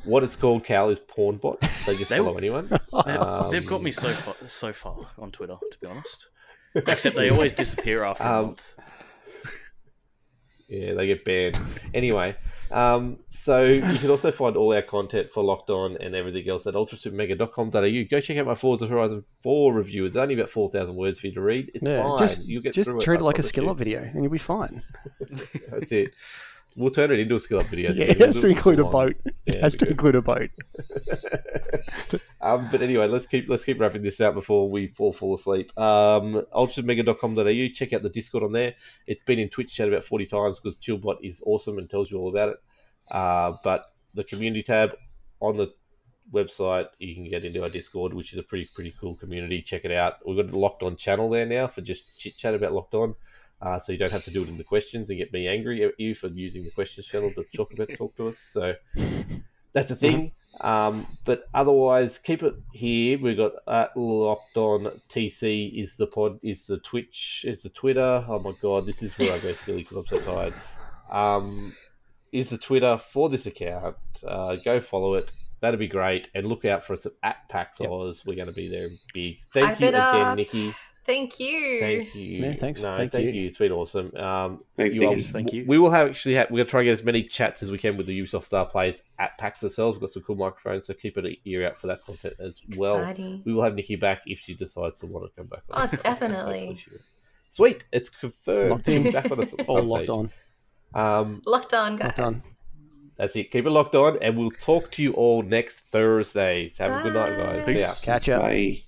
S3: What it's called, Cal, is porn bot. They just
S5: They-
S3: follow
S6: *laughs*
S3: anyone.
S5: They-
S3: um,
S5: They've got me so far, so far on Twitter, to
S3: *laughs*
S5: be honest. Except they always disappear after
S3: Um,
S5: a month.
S3: Yeah, they get banned. anyway, um, so you can also find all our content for Locked On and everything else at ultrasupermega.com.au. Go check out my Forza Horizon 4 review. It's only about 4,000 words for you to read. It's
S6: Yeah,
S3: fine.
S6: just-
S3: You'll get
S6: Just
S3: through
S6: treat
S3: it.
S6: it
S3: I
S6: like a
S3: promise
S6: skill
S3: you.
S6: up video, and you'll be fine.
S3: *laughs* That's it. We'll turn it into a skill up video. so
S6: *laughs* Yeah,
S3: we
S6: it
S3: can
S6: has
S3: do
S6: to
S3: it
S6: include a
S3: online.
S6: boat.
S3: Yeah,
S6: It has
S3: it'd
S6: to
S3: be
S6: include a boat.
S3: good. *laughs* um, but anyway, let's keep let's keep wrapping this out before we all fall asleep. Um, ultramega.com.au. Check out the Discord on there. It's been in Twitch chat about forty times because Chillbot is awesome and tells you all about it. Uh, but the community tab on the website, you can get into our Discord, which is a pretty pretty cool community. Check it out. We've got a locked on channel there now for just chit chat about locked on. Uh, so you don't have to do it in the questions and get me angry at you for using the questions channel to talk about talk to us. So that's a thing. Um, but otherwise, keep it here. We've got at locked on TC is the pod, is the Twitch, is the Twitter. Oh my god, this is where I go silly because I'm so tired. Um, is the Twitter for this account? Uh, go follow it. That'd be great. And look out for us at PAX
S6: Yep.
S3: Oz. We're going to be there in big. Thank
S4: Hype
S3: you
S4: it
S3: again,
S4: up.
S3: Nikki.
S4: Thank you.
S3: Thank you.
S6: Yeah, thanks-
S3: No,
S6: thank you.
S3: It's been awesome. Um,
S2: Thanks,
S3: you are-
S2: Dickens.
S5: Thank you.
S3: We will have actually have, we're gonna try and get as many chats as we can with the Ubisoft Star players at PAX themselves. We've got some cool microphones, so keep an ear out for that content as well.
S4: Exciting.
S3: We will have Nikki back if she decides to want to come back.
S4: Oh,
S3: *laughs*
S4: definitely.
S3: Hopefully she will. Sweet, it's confirmed.
S6: Locked in.
S3: She's back
S6: *laughs*
S3: on us at
S6: All
S3: some
S6: locked
S3: stage.
S6: on.
S3: Um,
S4: Locked on, guys.
S6: Locked on.
S3: that's it. Keep it locked on, and we'll talk to you all next Thursday. Have a good night, guys. See ya.
S5: Peace.
S6: Catch ya.
S2: Bye.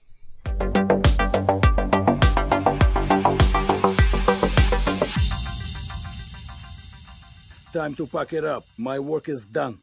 S7: Time to pack it up. My work is done.